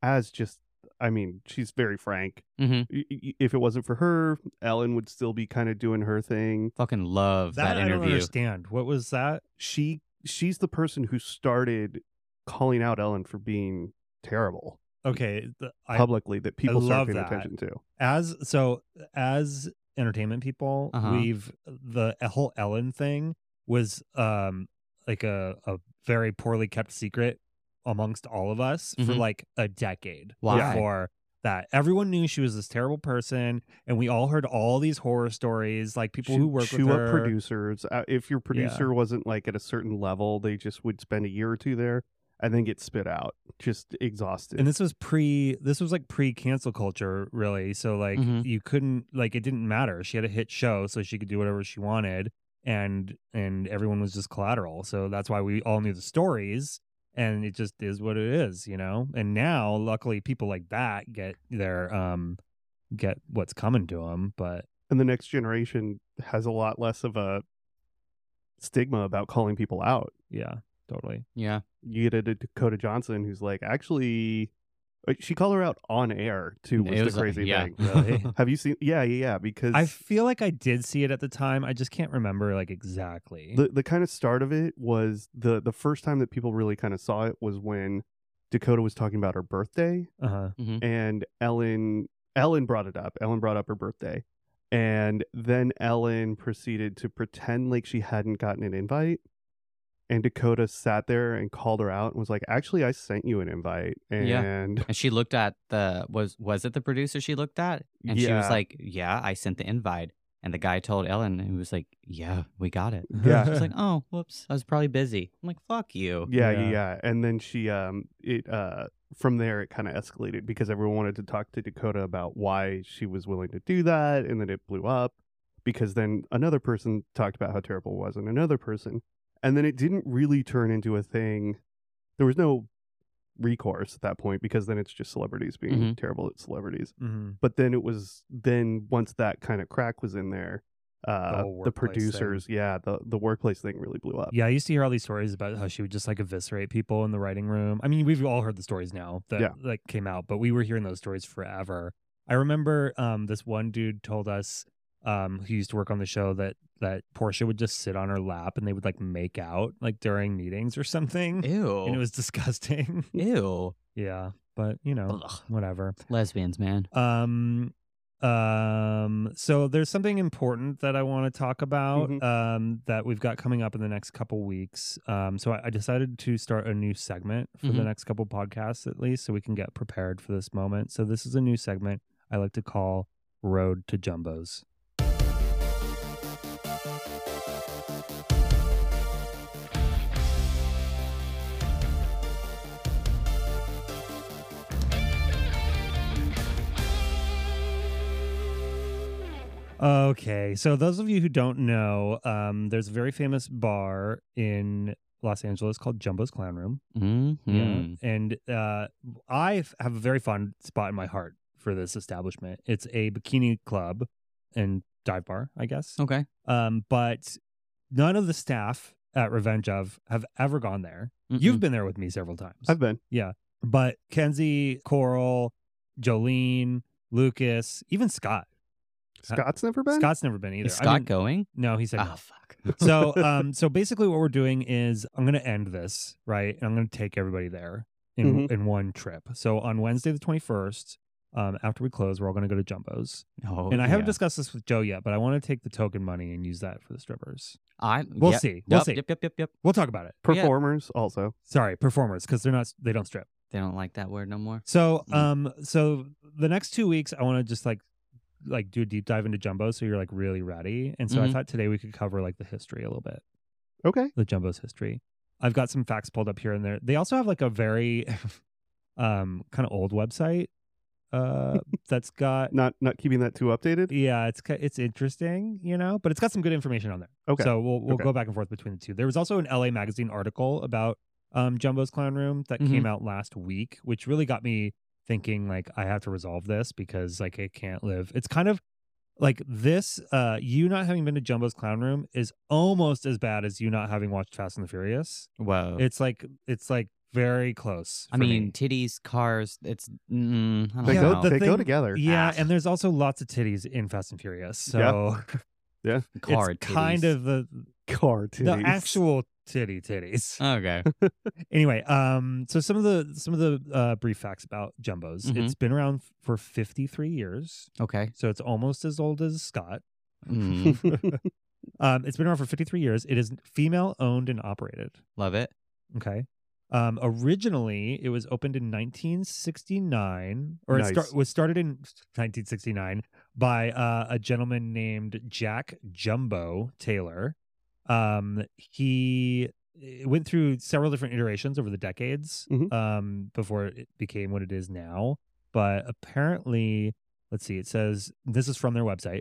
S3: as just I mean, she's very frank.
S2: hmm
S3: Y- y- If it wasn't for her, Ellen would still be kind of doing her thing.
S2: Fucking love that,
S1: That, I don't
S2: interview.
S1: understand. What was that?
S3: She she's the person who started calling out Ellen for being terrible
S1: Okay, the, I
S3: publicly that people
S1: love
S3: start paying
S1: that.
S3: attention to.
S1: as so as entertainment people
S2: Uh-huh.
S1: we've the e-, whole ellen thing was um like a, a very poorly kept secret amongst all of us for
S2: Mhm.
S1: like a decade
S2: Why?
S1: before that everyone knew she was this terrible person and we all heard all these horror stories like people
S3: Chew-
S1: who work
S3: chew
S1: with
S3: up
S1: her
S3: producers. Uh, if your producer wasn't like at a certain level, they just would spend a year or two there and then get spit out, just exhausted.
S1: and this was pre this was like pre cancel culture really so like
S2: Mhm.
S1: you couldn't like it didn't matter she had a hit show so she could do whatever she wanted and and everyone was just collateral so that's why we all knew the stories and it just is what it is you know and now luckily people like that get their um get what's coming to them but
S3: and the next generation has a lot less of a stigma about calling people out.
S1: yeah totally
S2: Yeah.
S3: You get a Dakota Johnson who's like, actually, like, she called her out on air too, was,
S2: It was,
S3: the
S2: uh,
S3: crazy
S2: yeah.
S3: thing.
S1: really
S3: Have you seen? Yeah, yeah, yeah. Because
S1: i feel like i did see it at the time i just can't remember like exactly
S3: the the kind of start of it was the the first time that people really kind of saw it was when Dakota was talking about her birthday
S1: uh-huh
S3: and Ellen Ellen brought it up. Ellen brought up her birthday. And then Ellen proceeded to pretend like she hadn't gotten an invite. And Dakota sat there and called her out and was like, "Actually, I sent you an invite."
S2: Yeah.
S3: And
S2: And she looked at the was was it the producer she looked at? And she was
S3: Yeah.
S2: like, Yeah, I sent the invite. And the guy told Ellen and he was like, Yeah, we got it.
S3: Yeah.
S2: She
S1: <laughs>
S2: was like, Oh, whoops, I was probably busy. I'm like, fuck you.
S3: yeah, yeah,
S1: Yeah. <laughs>
S3: yeah. And then she um it uh from there it kind of escalated because everyone wanted to talk to Dakota about why she was willing to do that and then it blew up because then another person talked about how terrible it was and another person and then it didn't really turn into a thing. There was no recourse at that point because then it's just celebrities being
S1: Mm-hmm.
S2: Mhm.
S3: terrible at celebrities.
S1: hmm
S3: But then it was then once that kind of crack was in there
S1: whole
S3: uh the,
S1: workplace thing.
S3: producers, yeah, the the workplace thing really blew up.
S1: Yeah, I used to hear all these stories about how she would just like eviscerate people in the writing room. I mean, we've all heard the stories now that
S3: Yeah.
S1: like came out, but we were hearing those stories forever. I remember um, this one dude told us um, who used to work on the show that that Portia would just sit on her lap and they would like make out like during meetings or something,
S2: Ew.
S1: and it was <laughs> Oh. disgusting. <laughs>
S2: Ew.
S1: yeah, but you know,
S2: Ugh.
S1: whatever.
S2: Lesbians, man.
S1: Um um so there's something important that I want to talk about
S3: Mhm.
S1: um that we've got coming up in the next couple weeks. Um so I, I decided to start a new segment for the
S2: Mhm.
S1: next couple podcasts at least so we can get prepared for this moment. So this is a new segment I like to call Road to Jumbos. Okay, so those of you who don't know, um, there's a very famous bar in Los Angeles called Jumbo's Clown Room.
S2: Mm-hmm.
S1: Yeah. And uh, I f- have a very fond spot in my heart for this establishment. It's a bikini club and dive bar, I guess.
S2: Okay.
S1: Um, but none of the staff at Revenge of have ever gone there. You've
S2: Mm-mm.
S1: been there with me several times.
S3: I've been.
S1: but Kenzie, Coral, Jolene, Lucas, even Scott.
S3: Scott's never been.
S1: Scott's never been either.
S2: Is
S1: I
S2: Scott
S1: mean-
S2: going?
S1: No, he said
S2: Oh
S1: no.
S2: fuck. <laughs>
S1: so um so basically what we're doing is i'm going to end this right and i'm going to take everybody there in
S2: Mm-hmm.
S1: in one trip so on wednesday the 21st um, after we close, we're all going to go to Jumbo's,
S2: Oh,
S1: and I haven't
S2: yeah.
S1: discussed this with Joe yet, but I want to take the token money and use that for the strippers.
S2: I
S1: We'll
S2: yep,
S1: see. We'll
S2: yep,
S1: see.
S2: Yep, yep, yep, yep.
S1: We'll talk about it.
S3: Performers also.
S1: Sorry, performers, because they're not they don't strip.
S2: They don't like that word no more.
S1: So,
S2: Mm.
S1: um, so the next two weeks, I want to just like like do a deep dive into Jumbo, so you're like really ready. And so I
S2: Mhm.
S1: thought today we could cover like the history a little bit.
S3: Okay.
S1: the Jumbo's history. I've got some facts pulled up here and there. They also have like a very <laughs> um kind of old website uh that's got
S3: Not not keeping that too updated.
S1: yeah, it's ki- it's interesting, you know, but it's got some good information on there.
S3: Okay.
S1: So we'll we'll
S3: Okay.
S1: go back and forth between the two. There was also an LA magazine article about um Jumbo's Clown Room that
S2: Mhm.
S1: came out last week, which really got me thinking like I have to resolve this because like it can't live. It's kind of like this uh you not having been to Jumbo's Clown Room is almost as bad as you not having watched Fast and the Furious.
S2: Whoa.
S1: It's like it's like very close.
S2: Oh. I
S1: for
S2: mean,
S1: me.
S2: titties, cars. It's. Mm, I don't
S3: They
S1: Yeah.
S3: go
S2: know.
S1: The
S3: they
S1: thing-
S3: go together.
S1: yeah,
S2: Ah.
S1: and there's also lots of titties in Fast and Furious. So
S3: Yeah.
S2: Car
S1: it's kind
S2: titties.
S1: of the
S3: Car
S1: the
S3: titties.
S1: actual titty titties. <laughs>
S2: Okay.
S1: anyway, um, so some of the some of the uh, brief facts about Jumbo's.
S2: Mhm.
S1: It's been around f- for 53 years,
S2: Okay.
S1: so it's almost as old as Scott. <laughs>
S2: Mm,
S1: Um, it's been around for 53 years. It is female owned and operated.
S2: love it.
S1: Okay. Um, originally, it was opened in 1969, or it
S3: Nice.
S1: start, was started in 1969 by uh, a gentleman named Jack Jumbo Taylor. Um, he it went through several different iterations over the decades
S3: Mhm.
S1: um, before it became what it is now. But apparently, let's see, it says this is from their website.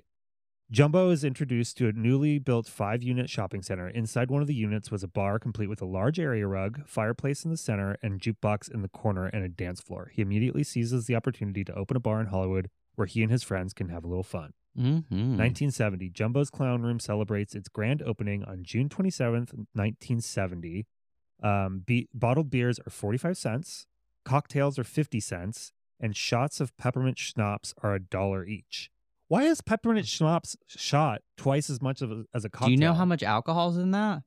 S1: Jumbo is introduced to a newly built five unit shopping center. Inside one of the units was a bar complete with a large area rug, fireplace in the center, and jukebox in the corner, and a dance floor. He immediately seizes the opportunity to open a bar in Hollywood where he and his friends can have a little fun.
S2: Mm-hmm.
S1: 1970, Jumbo's Clown Room celebrates its grand opening on June 27th, 1970. Um, be- bottled beers are 45 cents, cocktails are 50 cents, and shots of peppermint schnapps are a dollar each. Why is peppermint schnapps shot twice as much of a, as a cocktail?
S2: Hmm. Do you know how much alcohol's in that?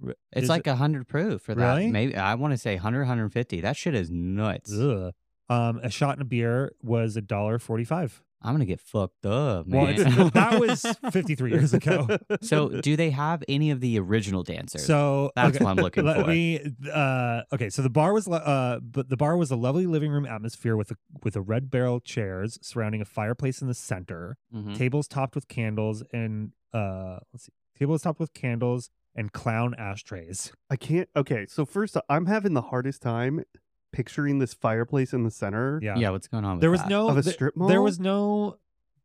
S1: Re-
S2: It's
S1: is
S2: like a hundred proof for that.
S1: Really?
S2: Maybe I want to say 100, 150. That shit is nuts.
S1: Ugh. Um, a shot and a beer was a dollar forty-five.
S2: I'm gonna get fucked up,
S1: Well,
S2: man.
S1: <laughs> it's- that
S2: <laughs>
S1: was fifty-three years ago.
S2: so, do they have any of the original dancers?
S1: So
S2: That's
S1: okay.
S2: what I'm looking
S1: Let
S2: for.
S1: me. Uh, okay, so the bar was lo- uh, but the bar was a lovely living room atmosphere with a with a red barrel chairs surrounding a fireplace in the center,
S2: Mhm.
S1: tables topped with candles and uh, let's see, tables topped with candles and clown ashtrays.
S3: <laughs> I can't. Okay, so first I'm having the hardest time picturing this fireplace in the center
S1: Yeah,
S2: yeah. what's going on? With
S1: There was
S2: that?
S1: no
S3: of a
S1: th-
S3: strip mall.
S1: there was no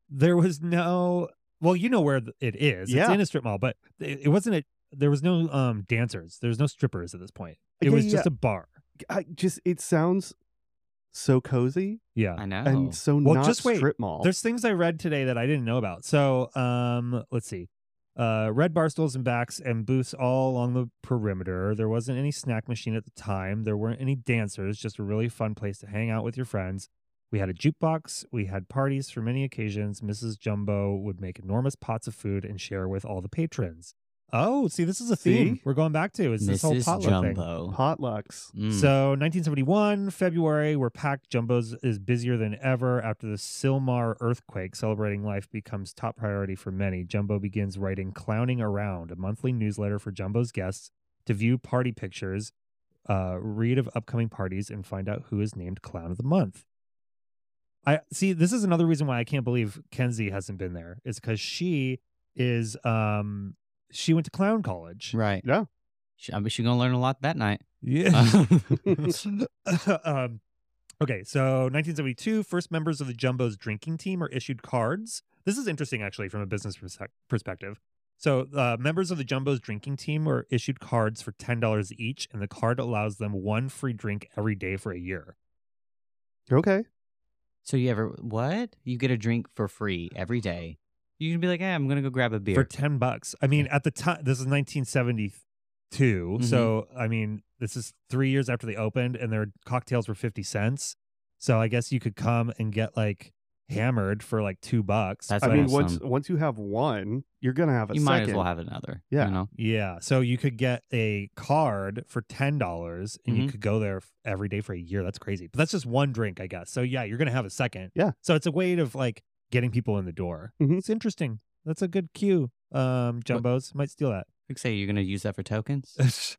S1: there was no well you know where th- it is it's
S3: Yeah.
S1: in a strip mall but it, it wasn't a there was no um dancers there's no strippers at this point it
S3: Yeah,
S1: was
S3: yeah,
S1: just a bar
S3: I just it sounds so cozy
S1: yeah
S2: I know.
S3: and so
S1: Well,
S3: not
S1: just wait.
S3: strip mall.
S1: There's things I read today that I didn't know about. So, um, let's see. Uh, red bar stools and backs and booths all along the perimeter. There wasn't any snack machine at the time. There weren't any dancers. Just a really fun place to hang out with your friends. We had a jukebox. We had parties for many occasions. Mrs. Jumbo would make enormous pots of food and share with all the patrons. Oh, see, this is a theme
S3: See?
S1: we're going back to. Is this whole
S2: Mrs.
S1: potluck thing?
S2: Jumbo.
S3: potlucks.
S2: Mm.
S1: So 1971, February, we're packed. Jumbo's is busier than ever after the Silmar earthquake. Celebrating life becomes top priority for many. Jumbo begins writing Clowning Around, a monthly newsletter for Jumbo's guests to view party pictures, uh, read of upcoming parties, and find out who is named Clown of the Month. I see. This is another reason why I can't believe Kenzie hasn't been there. Is because she is um she went to clown college.
S2: right.
S3: Yeah.
S2: She, I mean, she's gonna learn a lot
S1: <laughs>
S2: that night. <laughs>
S1: Yeah. <laughs> um, okay, so 1972, first members of the Jumbo's drinking team are issued cards. This is interesting, actually, from a business perse- perspective. So, uh, members of the Jumbo's drinking team are issued cards for $10 each, and the card allows them one free drink every day for a year.
S3: Okay.
S2: So you ever what? You get a drink for free every day. You can be like, hey, I'm gonna go grab a beer.
S1: for 10 bucks. I mean, at the time, this is 1972. So, I mean, this is three years after they opened and their cocktails were 50 cents. So, I guess you could come and get like hammered for like two bucks.
S2: That's
S3: I
S1: but-
S3: mean,
S2: awesome.
S3: once once you have one, you're gonna have a
S2: you
S3: second.
S2: might as well have another.
S3: Yeah.
S2: You know?
S1: yeah. So, you could get a card for $10 and you
S2: Mhm.
S1: could go there f- every day for a year. That's crazy. But that's just one drink, I guess. So, yeah, you're going to have a second.
S3: Yeah.
S1: So, it's a way of like getting people in the door.
S3: Mhm.
S1: It's interesting. That's a good cue. Um, Jumbos might steal that.
S2: Like say you're gonna use that
S1: <laughs>
S2: for tokens.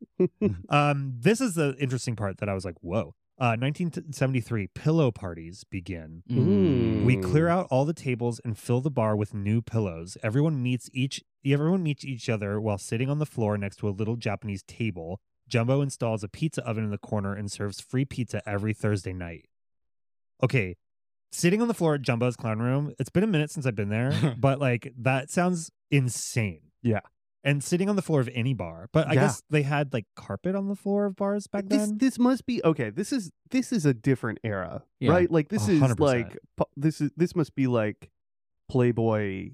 S1: um, this is the interesting part that I was like, whoa. Uh, 1973, pillow parties begin.
S2: Mm.
S3: Hmm.
S1: We clear out all the tables and fill the bar with new pillows. Everyone meets each everyone meets each other while sitting on the floor next to a little Japanese table. Jumbo installs a pizza oven in the corner and serves free pizza every Thursday night. Okay, sitting on the floor at Jumbo's clown room. It's been a minute since I've been
S3: <laughs>
S1: there, but like that sounds insane.
S3: Yeah.
S1: And sitting on the floor of any bar, but I
S3: Yeah.
S1: guess they had like carpet on the floor of bars back
S3: this
S1: then.
S3: this must be okay. This is this is a different era,
S2: Yeah.
S3: right? Like this
S1: A
S3: is
S1: hundred
S3: like
S1: percent.
S3: pu- this is this must be like Playboy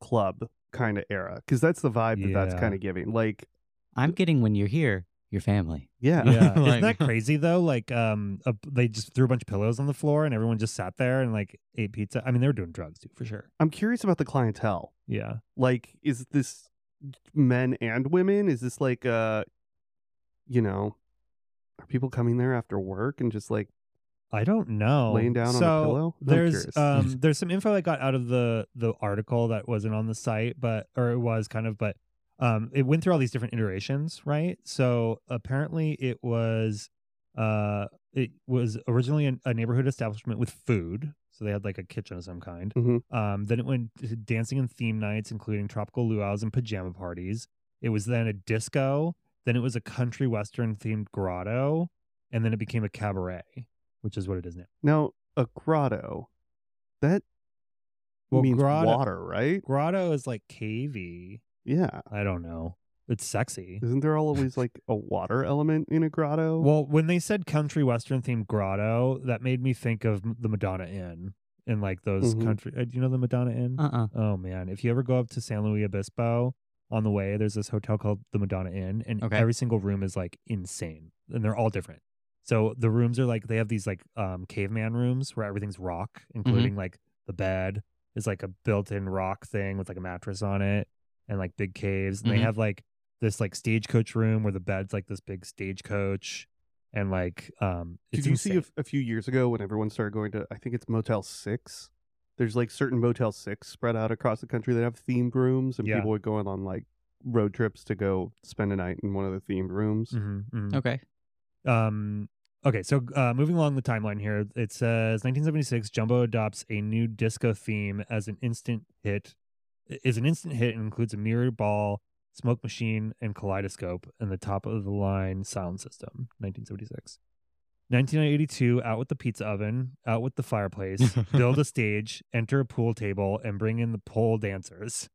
S3: Club kind of era because that's the vibe that that's
S1: Yeah.
S3: kind of giving. Like,
S2: I'm getting when you're here, your family.
S3: yeah,
S1: yeah, isn't that
S2: Like-
S1: crazy though? Like, um, a, they just threw a bunch of pillows on the floor and everyone just sat there and like ate pizza. I mean, they were doing drugs too, for sure.
S3: I'm curious about the clientele.
S1: Yeah,
S3: Like, is this men and women? Is this like uh, you know, are people coming there after work and just like
S1: I don't know.
S3: Laying down on a
S1: so
S3: pillow? I'm
S1: There's
S3: curious. <laughs>
S1: um, there's some info that got out of the the article that wasn't on the site, but or it was kind of, but um, it went through all these different iterations, right? So apparently, it was uh, it was originally an, a neighborhood establishment with food, so they had like a kitchen of some kind.
S3: Mhm.
S1: Um, then it went to dancing and theme nights, including tropical luau's and pajama parties. It was then a disco. Then it was a country western themed grotto, and then it became a cabaret which is what it is now.
S3: now a grotto? That
S1: Well,
S3: means
S1: grotto-
S3: water, right?
S1: Grotto is like cavey.
S3: Yeah.
S1: I don't know. It's sexy.
S3: Isn't there always like a water element in a grotto?
S1: Well, when they said country western themed grotto, that made me think of m- the Madonna Inn and like those
S3: Mhm.
S1: country. Uh, do you know the Madonna Inn?
S2: Uh uh
S1: Oh man, if you ever go up to San Luis Obispo on the way, there's this hotel called the Madonna Inn, and
S2: Okay.
S1: every single room is like insane, and they're all different. So the rooms are like they have these like um caveman rooms where everything's rock,
S3: Mm-hmm.
S1: including like the bed is like a built-in rock thing with like a mattress on it, and like big caves. And
S2: Mhm.
S3: Mm-hmm.
S1: they have like this like stagecoach room where the bed's like this big stagecoach, and like um.
S3: Did
S1: it's
S3: you
S1: insane.
S3: see a, f- a few years ago when everyone started going to, I think it's Motel 6? There's like certain Motel 6 spread out across the country that have themed rooms, and
S1: Yeah.
S3: people would go on like road trips to go spend a night in one of the themed rooms.
S1: Mhm, mhm.
S2: Okay.
S1: Um, okay, so uh, moving along the timeline here, it says 1976. Jumbo adopts a new disco theme as an instant hit. Is an instant hit and includes a mirror ball, smoke machine, and kaleidoscope, and the top of the line sound system. 1976. 1982, out with the pizza oven, out with the fireplace, build a stage, enter a pool table, and bring in the pole dancers.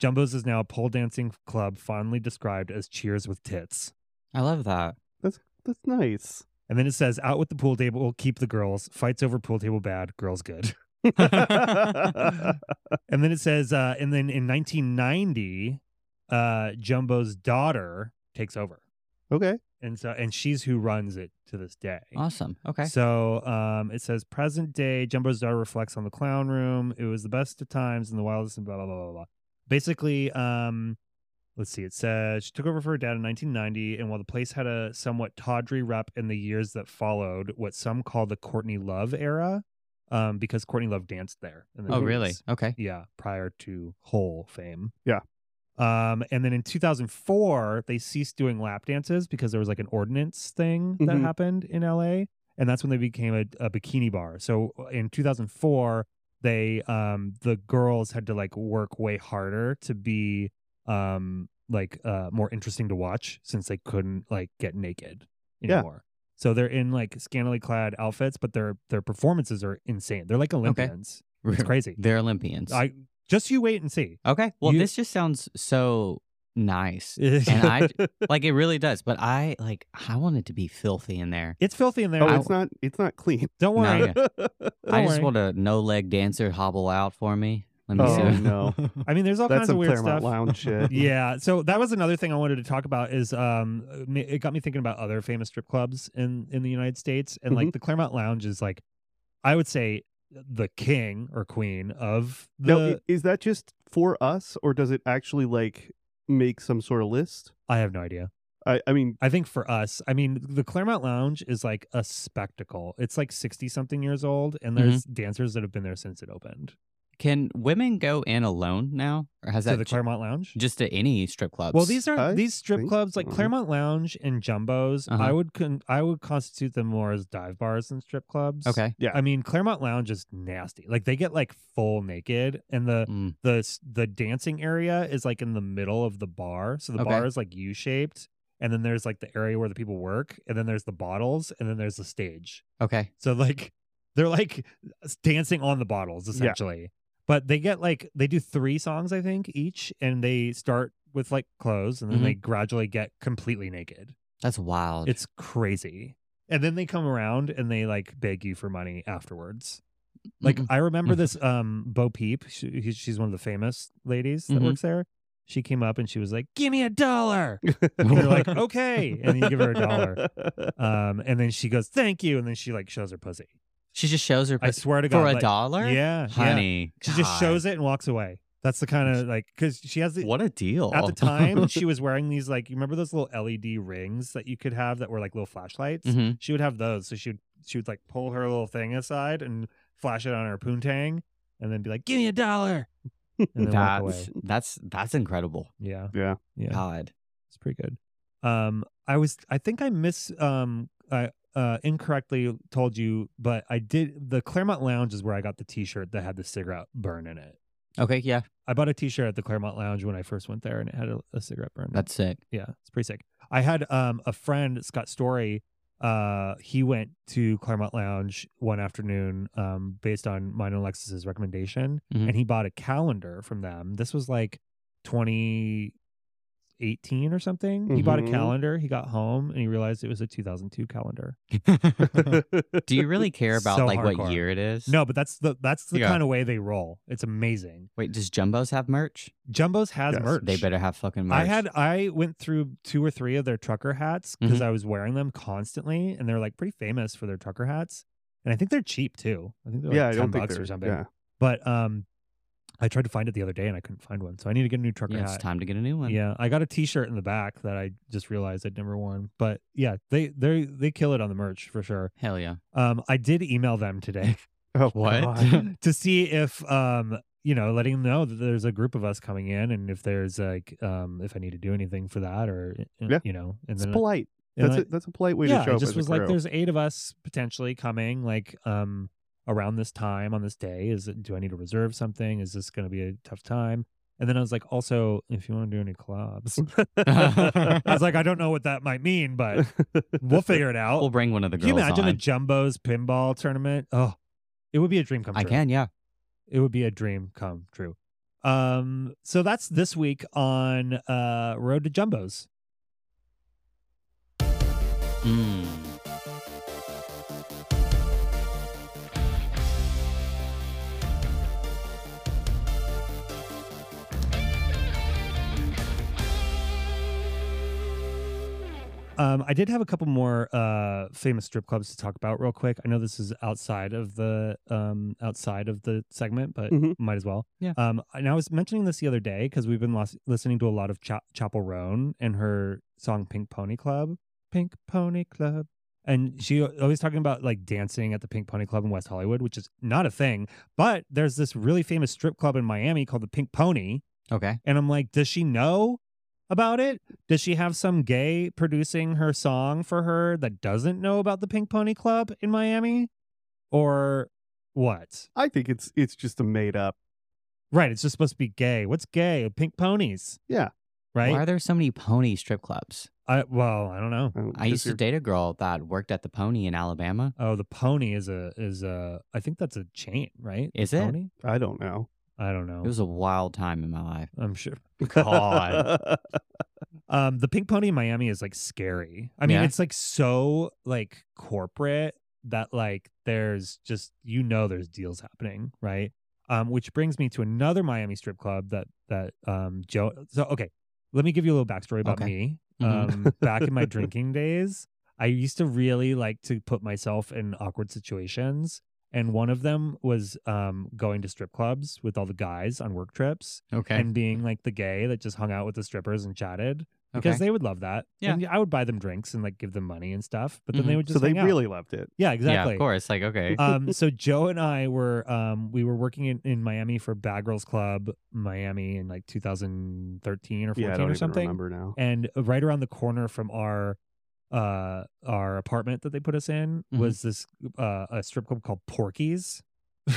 S1: Jumbo's is now a pole dancing club fondly described as cheers with tits.
S2: I
S1: <laughs>
S2: love that.
S3: That's nice.
S1: And then it says, out with the pool table, keep the girls. Fights over pool table bad, girls good. and then it says, uh, and then in 1990, uh, Jumbo's daughter takes over.
S3: okay.
S1: And so, and she's who runs it to this day.
S2: Awesome. Okay.
S1: So um, it says, present day, Jumbo's daughter reflects on the clown room. It was the best of times and the wildest and blah, blah, blah, blah, blah. Basically, um, let's see. It says she took over for her dad in 1990. And while the place had a somewhat tawdry rep in the years that followed, what some call the Courtney Love era, um, because Courtney Love danced there. in the
S2: oh
S1: 90s.
S2: really? Okay.
S1: Yeah, prior to whole fame.
S3: Yeah.
S1: Um, and then in 2004, they ceased doing lap dances because there was like an ordinance thing that
S3: Mhm.
S1: happened in LA, and that's when they became a, a bikini bar. So uh, in 2004, they um the girls had to like work way harder to be um like uh more interesting to watch since they couldn't like get naked
S3: Yeah.
S1: anymore. So they're in like scantily clad
S3: <laughs>
S1: outfits, but their their performances are insane. They're like Olympians. It's crazy.
S2: They're Olympians.
S1: I Just you wait and see.
S2: Okay. Well,
S1: You-
S2: this just sounds so
S1: <laughs>
S2: nice. And I- Like it really does. But I like I want it to be filthy in there.
S1: it's filthy in there.
S3: Oh, it's not. It's not clean.
S1: Don't
S2: No,
S1: worry.
S2: yeah. I
S1: Don't
S2: just
S1: worry.
S2: want a no leg dancer hobble out for me. Let me
S1: <laughs>
S2: see.
S3: oh
S1: Yeah.
S2: what-
S3: no,
S1: I mean, there's <laughs> all kinds
S3: that's
S1: of
S3: some
S1: weird
S3: Claremont
S1: stuff.
S3: <laughs> Lounge
S1: <laughs>
S3: shit.
S1: yeah. So that was another thing I wanted to talk about is um uh, ma- it got me thinking about other famous strip clubs in in the United States and like the Claremont Lounge is like I would say the king or queen of the
S3: Now, i- is that just for us, or does it actually like make some sort of list?
S1: I have no idea.
S3: I, I mean,
S1: I think for us, I mean, the Claremont Lounge is like a spectacle. It's like 60 something years old and
S2: Mm-hmm.
S1: there's dancers that have been there since it opened.
S2: Can women go in alone now? Or has
S1: So
S2: that
S1: the
S2: ju-
S1: Claremont Lounge?
S2: just to any strip clubs? Mm-hmm.
S1: Well, these are
S3: I
S1: these strip
S3: think
S1: clubs like
S3: so.
S1: Claremont Lounge and Jumbo's. I
S2: Uh-huh.
S1: would con- I would constitute them more as dive bars and strip clubs.
S2: Okay.
S1: I mean Claremont Lounge is nasty. Like they get like full naked, and the
S2: Mm.
S1: the s- the dancing area is like in the middle of the bar. So the
S2: Okay.
S1: bar is like U shaped, and then there's like the area where the people work, and then there's the bottles, and then there's the stage.
S2: Okay.
S1: So like they're like s- dancing on the bottles essentially. But they get like they do three songs I think each, and they start with like clothes, and then they gradually get completely naked.
S2: That's wild.
S1: It's crazy. And then they come around and they like beg you for money afterwards. Like
S2: Mm-mm.
S1: I remember this um Bo Peep, she, he- she's one of the famous ladies that
S2: Mhm.
S1: works there. She came up and she was like, "Give me a dollar." And you're like, "Okay," and then you give her a dollar.
S3: <laughs>
S1: Um, and then she goes, "Thank you," and then she like shows her pussy.
S2: she just shows her
S1: I
S2: pussy
S1: swear to God,
S2: for a
S1: like-
S2: dollar?
S1: Yeah, yeah.
S2: Honey.
S1: She just
S2: God,
S1: shows it and walks away. That's the kind of like because she has the
S2: What a deal.
S1: at the
S2: <laughs>
S1: time she was wearing these like you remember those little LED rings that you could have that were like little flashlights.
S2: Mhm.
S1: She would have those, so she would she would like pull her little thing aside and flash it on her poontang, and then be like, "Give me a dollar," and then walk away.
S2: That's that's that's incredible.
S1: Yeah,
S3: Yeah.
S1: yeah.
S2: God.
S1: It's pretty good. Um, I was, I think I miss, um, I uh, incorrectly told you, but I did. The Claremont Lounge is where I got the T-shirt that had the cigarette burn in it.
S2: Okay, yeah.
S1: I bought a T-shirt at the Claremont Lounge when I first went there, and it had a, a cigarette burn.
S2: That's sick.
S1: yeah, it's pretty sick. I had um a friend Scott Story. Uh, he went to Claremont Lounge one afternoon, um, based on mine and Alexis's recommendation,
S2: Mhm.
S1: and he bought a calendar from them. This was like 2018 or something. He bought a
S2: Mm-hmm.
S3: Mhm.
S1: calendar. He got home and he realized it was a 2002
S2: <laughs>
S1: calendar.
S2: Do you really care about
S1: So
S2: like
S1: hardcore.
S2: what year it is?
S1: No, but that's the that's the
S2: Yeah.
S1: kind of way they roll. It's amazing.
S2: Wait, does Jumbo's have merch?
S1: Jumbos has
S3: Yes,
S1: merch.
S2: They better have fucking merch.
S1: I had I went through two or three of their trucker hats
S3: Mm-hmm.
S1: because I was wearing them constantly, and they're like pretty famous for their trucker hats, and I think they're cheap too. I think they're like
S3: yeah, I
S1: ten
S3: don't think
S1: bucks or
S3: they're-
S1: something.
S3: Yeah.
S1: But um, I tried to find it the other day and I couldn't find one, so I need to get a new trucker
S2: Yeah, it's
S1: hat.
S2: time to get a new one.
S1: Yeah, I got a T-shirt in the back that I just realized I'd never worn. But yeah, they they they kill it on the merch for sure.
S2: Hell yeah.
S1: Um, I did email them today <laughs>
S3: Oh,
S2: What?
S3: God.
S1: to see if um you know letting them know that there's a group of us coming in and if there's like um if I need to do anything for that or uh,
S3: Yeah.
S1: you know and
S3: It's
S1: then
S3: polite.
S1: and
S3: That's
S1: I-
S3: a, that's a polite way
S1: yeah
S3: to show
S1: I
S3: up
S1: just
S3: as
S1: was
S3: a
S1: like
S3: <laughs> crew.
S1: there's eight of us potentially coming like um around this time on this day is it, do I need to reserve something is this going to be a tough time and then I was like also if you want to do any collabs <laughs> I was like I don't know what that might mean <laughs> but we'll figure it out
S2: We'll bring one of the
S1: Oh, can you
S2: girls
S1: imagine a
S2: on.
S1: Jumbo's pinball tournament oh it would be a dream come
S2: I
S1: true
S2: can, yeah.
S1: it would be a dream come true. Um, so that's this week on uh Road to Jumbos.
S2: Mm.
S1: Um, I did have a couple more uh famous strip clubs to talk about real quick. I know this is outside of the um outside of the segment, but
S3: Mhm.
S1: might as well.
S2: Yeah.
S1: Um, and I was mentioning this the other day because we've been los- listening to a lot of Cha- Chapel Roan and her song Pink Pony Club. Pink Pony Club. And she always talking about like dancing at the Pink Pony Club in West Hollywood, which is not a thing. But there's this really famous strip club in Miami called the Pink Pony.
S2: Okay.
S1: And I'm like, does she know about it? Does she have some gay producing her song for her that doesn't know about the Pink Pony Club in Miami? Or what?
S3: I think it's it's just a made up.
S1: Right. It's just supposed to be gay. What's gay? Oh, Pink ponies.
S3: Yeah.
S1: Right.
S2: Why are there so many pony strip clubs?
S1: I, well, I don't know.
S3: um,
S2: I
S3: 'cause
S2: used to
S3: you're-
S2: date a girl that worked at the pony in Alabama.
S1: Oh, the pony is a is a. I think that's a chain, right?
S2: Is it?
S1: pony? <laughs>
S3: I don't know.
S1: I don't know.
S2: It was a wild time in my life.
S1: I'm sure.
S3: <laughs>
S2: God.
S1: Um, the Pink Pony in Miami is like scary. I mean,
S2: Yeah.
S1: it's like so like corporate that like there's just you know there's deals happening, right? Um, which brings me to another Miami strip club that that um Joe. So okay, let me give you a little backstory about
S2: Okay.
S1: me.
S2: Mhm.
S1: Um, back in my drinking days, I used to really like to put myself in awkward situations. And one of them was um, going to strip clubs with all the guys on work trips
S2: Okay.
S1: and being like the gay that just hung out with the strippers and chatted because
S2: okay.
S1: they would love that.
S2: Yeah.
S1: And I would buy them drinks and like give them money and stuff, but then they
S2: Mhm.
S1: would just
S3: so they
S1: hang out.
S3: really loved it.
S1: Yeah,
S2: Yeah,
S1: exactly.
S2: of course. Like,
S1: <laughs>
S2: okay.
S1: um so Joe and I were um we were working in, in Miami for Bad Girls Club Miami in like 2013 or 14
S3: Yeah, I don't
S1: or
S3: even
S1: something.
S3: remember now.
S1: And right around the corner from our uh our apartment that they put us in
S2: Mhm.
S1: was this uh a strip club called Porky's.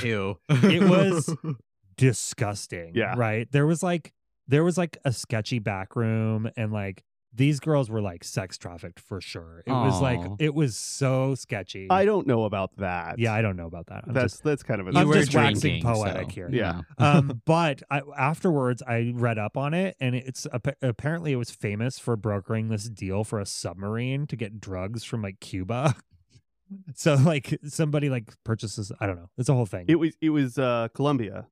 S2: Ew.
S1: It
S2: <laughs>
S1: was- disgusting.
S3: Yeah.
S1: Right. There was like there was like a sketchy back room and like these girls were like sex trafficked for sure. It was like
S2: Aw.
S1: it was so sketchy.
S3: I don't know about that.
S1: yeah, I don't know about that. I'm
S3: that's
S1: just
S3: that's kind of a
S1: I'm
S2: You were
S1: just waxing
S2: drinking,
S1: poetic
S2: so,
S1: here.
S2: you
S3: Yeah.
S2: know.
S3: <laughs>
S1: um but I, afterwards I read up on it and it's appa- apparently it was famous for brokering this deal for a submarine to get drugs from like Cuba. <laughs> so like somebody like purchases I don't know. It's a whole thing.
S3: It was it was uh Colombia.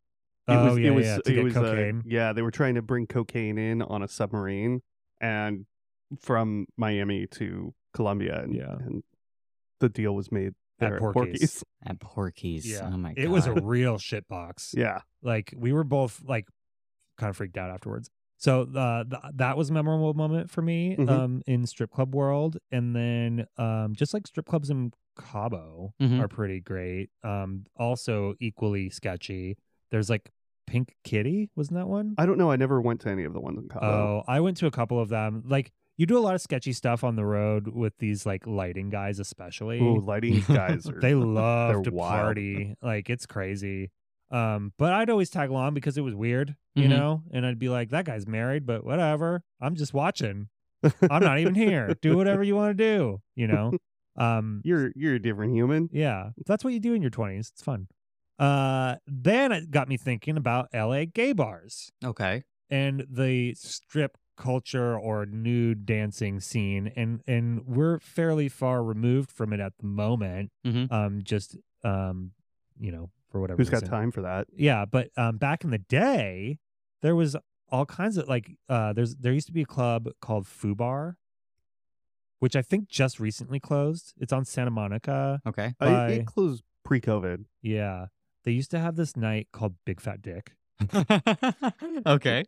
S3: It
S1: oh
S3: was,
S1: yeah,
S3: it was,
S1: yeah, to
S3: it
S1: get
S3: was, uh,
S1: cocaine.
S3: yeah, they were trying to bring cocaine in on a submarine and from Miami to Colombia. And,
S1: Yeah.
S3: and the deal was made
S1: At
S3: there at
S1: Porky's.
S3: Porky's.
S2: At Porky's.
S1: Yeah.
S2: Oh my god.
S1: it
S3: <laughs>
S1: was a real shit box.
S3: Yeah.
S1: Like we were both like kind of freaked out afterwards. So uh, th- that was a memorable moment for me
S3: Mhm.
S1: um, in strip club world, and then um, just like strip clubs in Cabo
S2: Mhm.
S3: Mm-hmm.
S1: are pretty great. Um, also equally sketchy. There's like Pink Kitty, wasn't that one?
S3: I don't know. I never went to any of the ones in Cabo.
S1: Oh, I went to a couple of them. Like you do a lot of sketchy stuff on the road with these like lighting guys, especially.
S3: Ooh,
S1: <laughs>
S3: lighting guys are
S1: They love
S3: <laughs> They're
S1: to
S3: wild.
S1: party. Like it's crazy. Um, but I'd always tag along because it was weird, you
S2: Mhm.
S1: know? And I'd be like, that guy's married, but whatever. I'm just watching. I'm not even here. Do whatever you want to do, you know? Um
S3: <laughs> You're you're a different human.
S1: yeah. That's what you do in your twenties. It's fun. Uh then it got me thinking about LA gay bars
S2: okay.
S1: and the strip culture or nude dancing scene and and we're fairly far removed from it at the moment
S2: Mhm.
S1: um just um you know for whatever
S3: Who's got
S1: reason.
S3: time for that?
S1: yeah but um back in the day there was all kinds of like uh there's there used to be a club called fubar which i think just recently closed it's on santa monica <laughs>
S2: Okay. <laughs>
S3: I,
S1: Bye.
S3: it closed pre-COVID.
S1: yeah they used to have this night called big fat dick
S2: okay.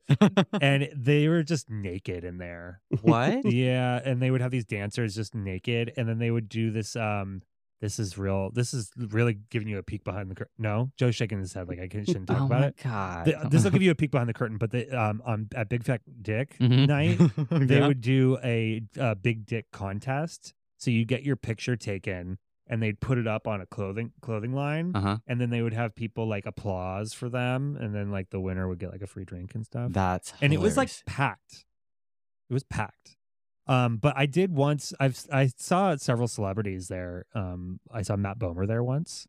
S1: and they were just naked in there
S2: <laughs> what?
S1: yeah and they would have these dancers just naked and then they would do this um this is real this is really giving you a peek behind the curtain no joe's shaking his head like i can- shouldn't talk
S2: oh
S1: about
S2: my
S1: it
S2: god.
S1: this will give you a peek behind the curtain but they um on at big fat dick
S2: <laughs> Mhm.
S1: night <laughs>
S2: Okay.
S1: they would do a, uh big dick contest so you get your picture taken and they'd put it up on a clothing clothing line
S2: Uh-huh.
S1: and then they would have people like applause for them and then like the winner would get like a free drink and stuff
S2: That's
S1: and it was like
S2: hilarious.
S1: packed. It was packed. Um, but I did once. I've I saw several celebrities there. Um, I saw Matt Bomer there once.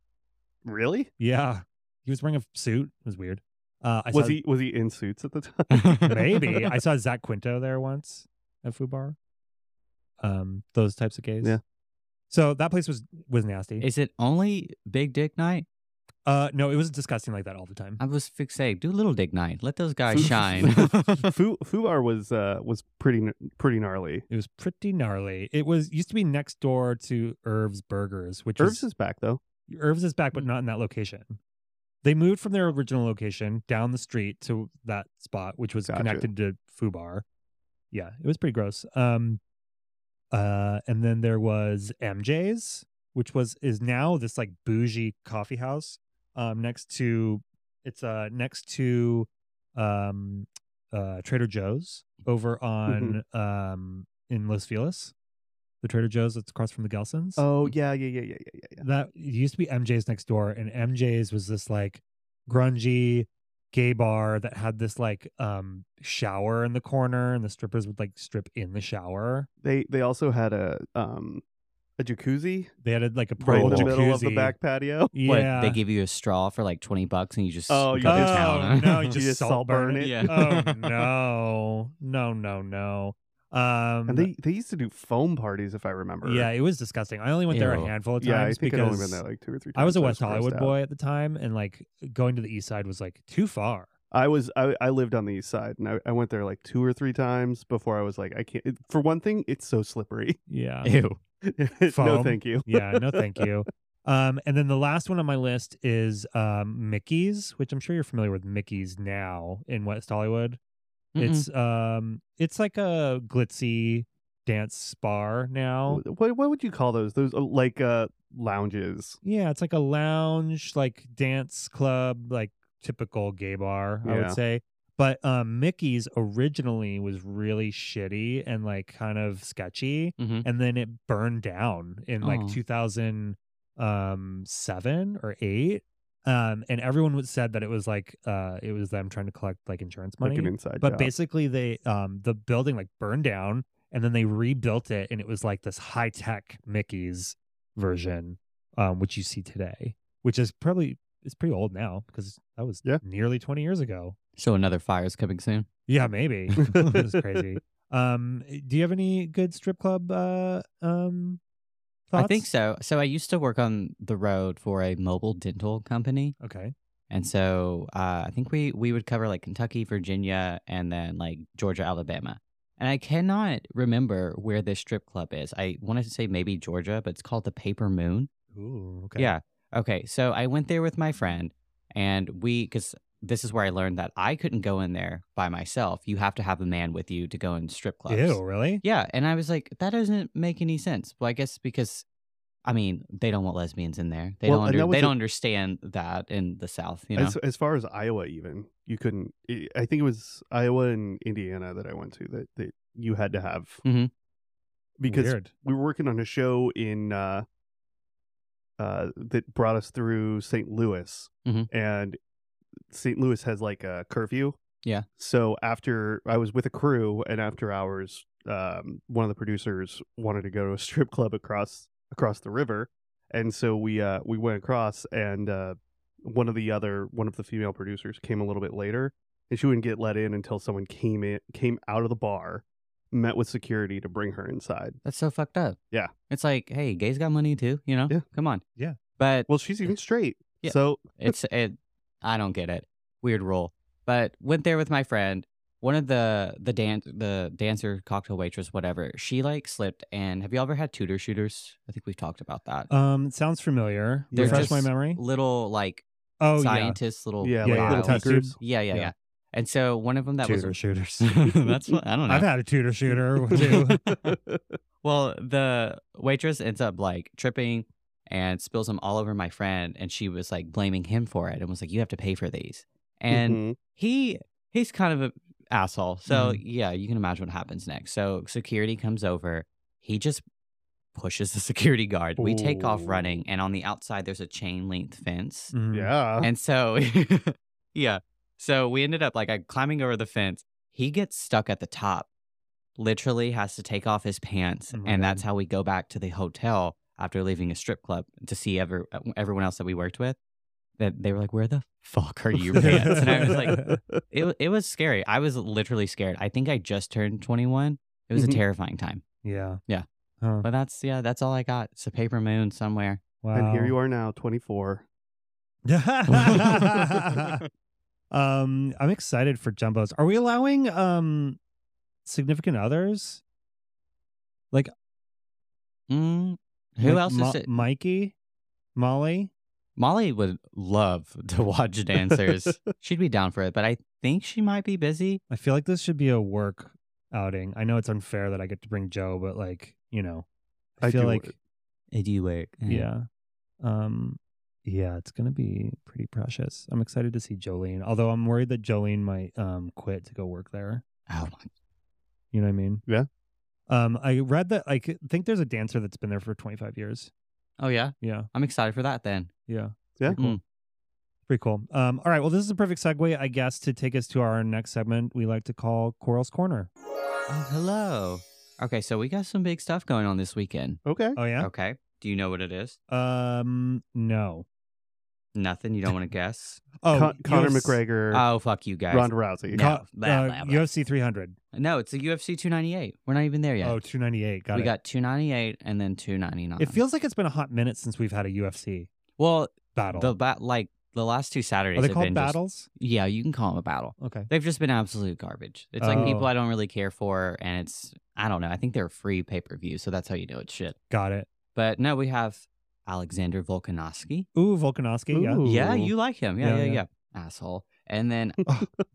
S3: Really?
S1: Yeah, he was wearing a suit. It was weird. Uh, I
S3: was
S1: saw,
S3: he was he in suits at the time?
S1: <laughs>
S2: <laughs>
S3: <laughs>
S1: maybe I saw Zach Quinto there once at Fubar. Um, those types of gays.
S3: Yeah.
S1: So that place was was nasty.
S2: Is it only Big Dick Night?
S1: uh, no, it was disgusting like that all the
S3: <laughs>
S1: time.
S2: I was fixated. Do Little Dick Night. Let those guys
S1: <laughs>
S3: Fu-
S2: shine.
S3: Fu- Fubar was uh was pretty gn- pretty gnarly.
S1: It was pretty gnarly. It was used to be next door to Irv's Burgers, which was
S3: Irv's is back though.
S1: Irv's is back, but not in that location. They moved from their original location down the street to that spot, which was
S3: Gotcha.
S1: connected to Fubar. Yeah, it was pretty gross. Um, uh, and then there was MJ's, which was is now this like bougie coffee house, um, next to it's uh next to, um, uh Trader Joe's over on um in Los Feliz, the Trader Joe's that's across from the Gelsons
S3: Oh yeah yeah yeah yeah yeah yeah. yeah.
S1: that it used to be MJ's next door, and MJ's was this like grungy gay bar that had this like um shower in the corner, and the strippers would like strip in the shower.
S3: They they also had a um a jacuzzi
S1: They had a, like a
S3: right
S1: portable
S3: in the middle of the
S1: Oh, jacuzzi.
S3: back
S1: <laughs>
S3: patio.
S1: Yeah.
S2: What, they give you a straw for like 20 bucks and you just
S3: Oh,
S2: go
S3: you
S2: to
S3: cut it
S1: oh,
S2: town.
S1: no,
S2: <laughs>
S1: you just
S3: just
S1: salt,
S3: salt
S1: burn,
S3: burn
S1: it.
S3: it.
S2: Yeah. <laughs>
S1: oh no, no, no, no. Um,
S3: And they, they used to do foam parties, if I remember.
S1: yeah, it was disgusting. I only went there a
S2: Ew.
S1: handful of times
S3: yeah. I think
S1: because
S3: I'd only been there like two or three. times.
S1: I was a
S3: so
S1: West
S3: grossed
S1: Hollywood
S3: out.
S1: boy at the time, and like going to the East Side was like too far.
S3: I was I, I lived on the east side, and I, I went there like two or three times before I was like, I can't. It, for one thing, it's so slippery. <laughs>
S1: Yeah,
S2: Ew.
S3: no,
S1: Foam.
S3: thank you.
S1: yeah, no, thank you. Um, and then the last one on my list is um, Mickey's, which I'm sure you're familiar with Mickey's now in West Hollywood.
S2: It's
S1: It's um, it's like a glitzy dance bar now.
S3: Wh- What what would you call those? Those uh, like uh lounges.
S1: Yeah, it's like a lounge, like dance club, like typical gay bar, I
S3: Yeah.
S1: would say. But um, Mickey's originally was really shitty and like kind of sketchy,
S3: Mm-hmm.
S2: Mhm.
S1: and then it burned down in like
S2: Oh.
S1: 2007 or eight, um, and everyone was said that it was like uh, it was them trying to collect like insurance money.
S3: Like an inside
S1: But
S3: job.
S1: basically, they um the building like burned down, and then they rebuilt it, and it was like this high tech Mickey's version, um, which you see today, which is probably it's pretty old now because that was
S3: Yeah.
S1: nearly twenty years ago.
S2: so another fire is coming soon.
S1: Yeah,
S2: <laughs>
S1: maybe <laughs> it's crazy. Um, do you have any good strip club uh um thoughts?
S2: I think so. So I used to work on the road for a mobile dental company,
S1: Okay,
S2: and so uh, I think we we would cover like Kentucky, Virginia, and then like Georgia, Alabama. And I cannot remember where this strip club is. I wanted to say maybe Georgia, but it's called the Paper Moon.
S1: ooh, okay,
S2: Yeah. Okay. So I went there with my friend, and we, because this is where I learned that I couldn't go in there by myself. You have to have a man with you to go in strip clubs.
S1: Ew, really?
S2: Yeah. And I was like, that doesn't make any sense. Well, I guess because, I mean, they don't want lesbians in there. They
S3: Well,
S2: don't.
S3: and
S2: Under,
S3: that was
S2: they
S3: a-
S2: don't understand that in the South. You know.
S3: As, as far as Iowa, even you couldn't. I I think it was Iowa and Indiana that I went to that, that you had to have
S1: Mm-hmm.
S2: Mhm.
S3: because
S1: Weird.
S3: we were working on a show in uh, uh, that brought us through St. Louis,
S2: Mhm.
S3: and St. Louis has like a curfew.
S2: Yeah.
S3: So after I was with a crew, and after hours, um, one of the producers wanted to go to a <laughs> strip club across across the river, and so we uh, we went across, and uh, one of the other one of the female producers came a little bit later, and she wouldn't get let in until someone came in came out of the bar, met with security to bring her inside.
S2: That's so fucked up.
S3: Yeah.
S2: It's like, hey, gays got money too. You know.
S3: Yeah.
S2: Come on.
S1: Yeah.
S2: But
S3: Well, she's even straight.
S2: Yeah.
S3: So
S2: It's it. I don't get it. Weird rule. But went there with my friend. One of the the dan- the dancer, cocktail waitress, whatever. She like slipped. And have you ever had Tudor shooters? I think we've talked about that.
S1: Um, it sounds familiar.
S3: They're
S1: Refresh
S2: just
S1: my memory.
S2: little like
S1: Oh yeah,
S2: scientists, little
S3: yeah,
S1: yeah,
S3: like little
S2: vials.
S1: test tube.
S2: <laughs>
S3: tweakers.
S2: yeah, yeah,
S1: Yeah.
S2: yeah. And so one of them that
S1: Tudor
S2: was
S1: shooters.
S2: <laughs>
S1: <laughs>
S2: that's what I don't know.
S1: I've had a Tudor shooter
S2: <laughs>
S1: too.
S3: <laughs>
S2: well, the waitress ends up like tripping and spills them all over my friend, and she was like blaming him for it, and was like, "You have to pay for these." And
S3: Mhm.
S2: he he's kind of an asshole. So
S1: Mm-hmm.
S2: yeah, you can imagine what happens next. So security comes over. He just pushes the <laughs> security guard. We take off
S3: Ooh.
S2: running, and on the outside there's a chain length fence.
S1: Mm.
S3: yeah,
S2: And so <laughs> yeah, so we ended up like I climbing over the fence. He gets stuck at the top. Literally has to take off his pants,
S1: Oh my
S2: and
S1: God.
S2: that's how we go back to the hotel after leaving a strip club to see ever everyone else that we worked with. That they were like, "Where the fuck
S1: <laughs>
S2: are your pants?" And I was like, it wa- it was scary. I was literally scared. I think I just turned 21. It was
S3: Mhm.
S1: Mm-hmm.
S2: a terrifying time.
S1: Yeah.
S2: Yeah.
S1: Huh.
S2: But that's yeah, that's all I got. It's a paper moon somewhere.
S1: Wow.
S2: <laughs>
S3: and here you are now, 24.
S1: <laughs> um, I'm excited for jumbos. Are we allowing um significant others?
S2: Mm, who
S1: Like
S2: else
S1: Mo-
S2: is it?
S1: Mikey, Molly.
S2: Molly would love <laughs> to watch
S1: <laughs>
S2: dancers. She'd be down for it, but I think she might be busy.
S1: I feel like this should be a work outing. I know it's unfair that I get to bring Joe, but like you know, I,
S3: I
S1: feel
S3: do
S1: like
S3: it.
S2: I do work.
S3: Mm-hmm.
S1: yeah, um, yeah, it's gonna be pretty precious. I'm excited to see Jolene. Although I'm worried that Jolene might um quit to go work there.
S2: Oh my.
S1: You know what I mean?
S3: Yeah.
S1: Um, I read that I c- think there's a dancer that's been there for 25 years.
S2: Oh yeah.
S1: Yeah.
S2: I'm excited for that then.
S1: Yeah.
S3: <laughs> Yeah.
S1: Pretty cool.
S2: Mm.
S1: Pretty cool. Um, all right. Well, this is a perfect segue, I guess, to take us to our next segment we like to call Coral's Corner.
S2: Oh hello. Okay, so we got some big stuff going on this weekend.
S3: Okay.
S1: Oh yeah.
S2: Okay. Do you know what it is?
S1: Um. No.
S2: Nothing. You
S1: <laughs>
S2: don't want to guess?
S1: Oh,
S3: Con- Conor
S1: US
S3: McGregor,
S2: Oh, fuck you guys.
S3: Ronda Rousey.
S2: No,
S1: Co-
S2: blah,
S1: uh,
S2: blah, blah.
S1: UFC 300.
S2: No, it's a UFC 298. We're not even there yet.
S1: Oh, 298. Got
S2: we
S1: it.
S2: got 298 and then 299.
S1: it feels like it's been a hot minute since we've had a UFC
S2: well,
S1: battle.
S2: the ba- like the last two Saturdays
S1: Are they
S2: have
S1: called
S2: been just-
S1: battles?
S2: yeah, you can call them a battle.
S1: Okay.
S2: They've just been absolute garbage. It's like people
S1: Oh.
S2: I don't really care for, and it's I don't know. I think they're free pay per view, so that's how you know it's shit.
S1: Got it.
S2: But no, we have Alexander Volkanovsky.
S1: Ooh, Volkanovski. Yeah.
S3: Ooh.
S2: Yeah, you like him. Yeah,
S1: Yeah,
S2: yeah, yeah,
S1: yeah.
S2: Asshole. And
S1: <laughs>
S2: then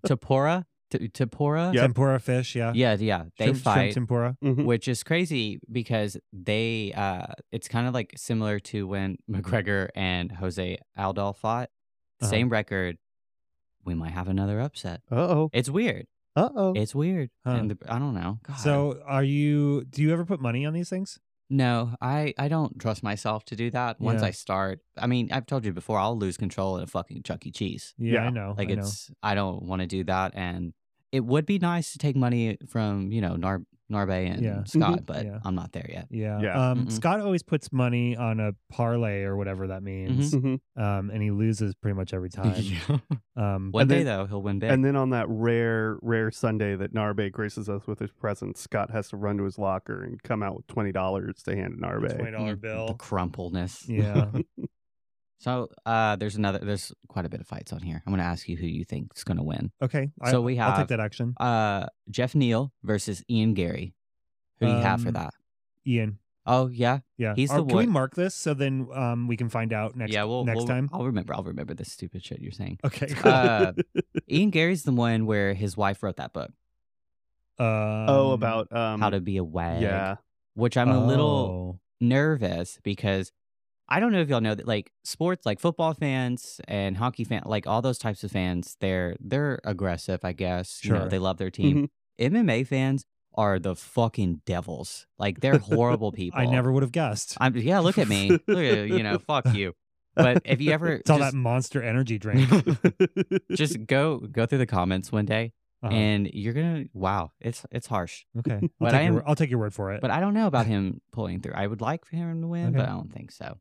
S2: Tapora, T- Tapora.
S3: Yep.
S1: Tempura fish. Yeah.
S2: Yeah, yeah. They
S1: Shrimp- shrimp
S2: fight.
S1: tempura.
S3: Mhm.
S2: which is crazy because they uh it's kind of like similar to when <laughs> McGregor and Jose Aldo fought.
S1: Mm-hmm. Uh-huh.
S2: Same record. We might have another upset.
S3: Uh-oh.
S2: It's weird.
S3: Uh-oh.
S2: It's weird.
S1: Oh. Huh.
S2: And the, I don't know. God.
S1: So, are you? Do you ever put money on these things?
S2: no, I I don't trust myself to do that. Once
S1: Yeah.
S2: I start, I mean, I've told you before, I'll lose control at a fucking Chuck E. Cheese.
S1: Yeah, I
S3: Yeah,
S1: know.
S2: Like
S1: Oh, I know.
S2: it's I don't want to do that, and it would be nice to take money from you know Nar Narbe and
S1: Yeah. Mm-hmm.
S2: Scott, but
S1: Yeah.
S2: I'm not there yet.
S1: Yeah.
S3: Yeah.
S1: Um,
S2: Mm-mm.
S1: Scott always puts money on a parlay or whatever that means,
S3: Mhm.
S1: um, and he loses pretty much every time.
S2: Mm-hmm. <laughs> Yeah.
S1: Um,
S2: One
S3: And
S2: day
S3: then-
S2: though, he'll win big.
S3: And then on that rare, rare Sunday that Narbe graces us with his presence, Scott has to run to his locker and come out with twenty dollars to hand
S1: twenty
S3: Narbe.
S1: dollar
S2: Mm, The <laughs>
S1: bill.
S2: crumpleness.
S1: Yeah.
S2: So uh, there's another. There's quite a bit of fights on here. I'm going to ask you who you think's going to win.
S1: Okay. I,
S2: So we
S1: I'll take
S2: have-
S1: that action.
S2: Uh, Jeff Neal versus Ian Gary. Who do you have for
S1: Um,
S2: that?
S1: Ian.
S2: Oh yeah,
S1: Yeah.
S2: he's
S1: Are-
S2: the
S1: Can we
S2: one-
S1: mark this so then um, we can find out next
S2: yeah. We'll,
S1: next
S2: we'll-
S1: time?
S2: I'll remember. I'll remember this stupid shit
S1: <laughs>
S2: you're saying. <laughs>
S1: Okay. Cool.
S2: Uh, Ian Gary's the one where his wife wrote that book,
S3: oh,
S1: Um,
S3: about um
S2: How to Be a Wag.
S3: Yeah.
S2: <laughs>
S3: <laughs>
S2: Which I'm a little
S1: oh.
S2: nervous because I don't know if y'all know that like sports like football fans and hockey fan like all those types of fans they're they're aggressive I guess you know
S1: Sure. Mm-hmm.
S2: they love their team MMA fans are the fucking devils like they're horrible
S1: <laughs>
S2: people
S1: I never would have guessed.
S2: I'm yeah look
S1: <laughs>
S2: at me look at, you know fuck you but if you ever
S1: It's all
S2: just,
S1: that monster energy
S2: <laughs>
S1: drink.
S2: just go go through the comments one day
S1: Uh-huh.
S2: and you're gonna wow it's it's harsh
S1: okay. I'll,
S2: but
S1: take
S2: I
S1: your,
S2: am-
S1: wor- I'll take your word for it.
S2: But I don't know about him pulling through. I would like for him to win, but
S1: Okay.
S2: I don't think so.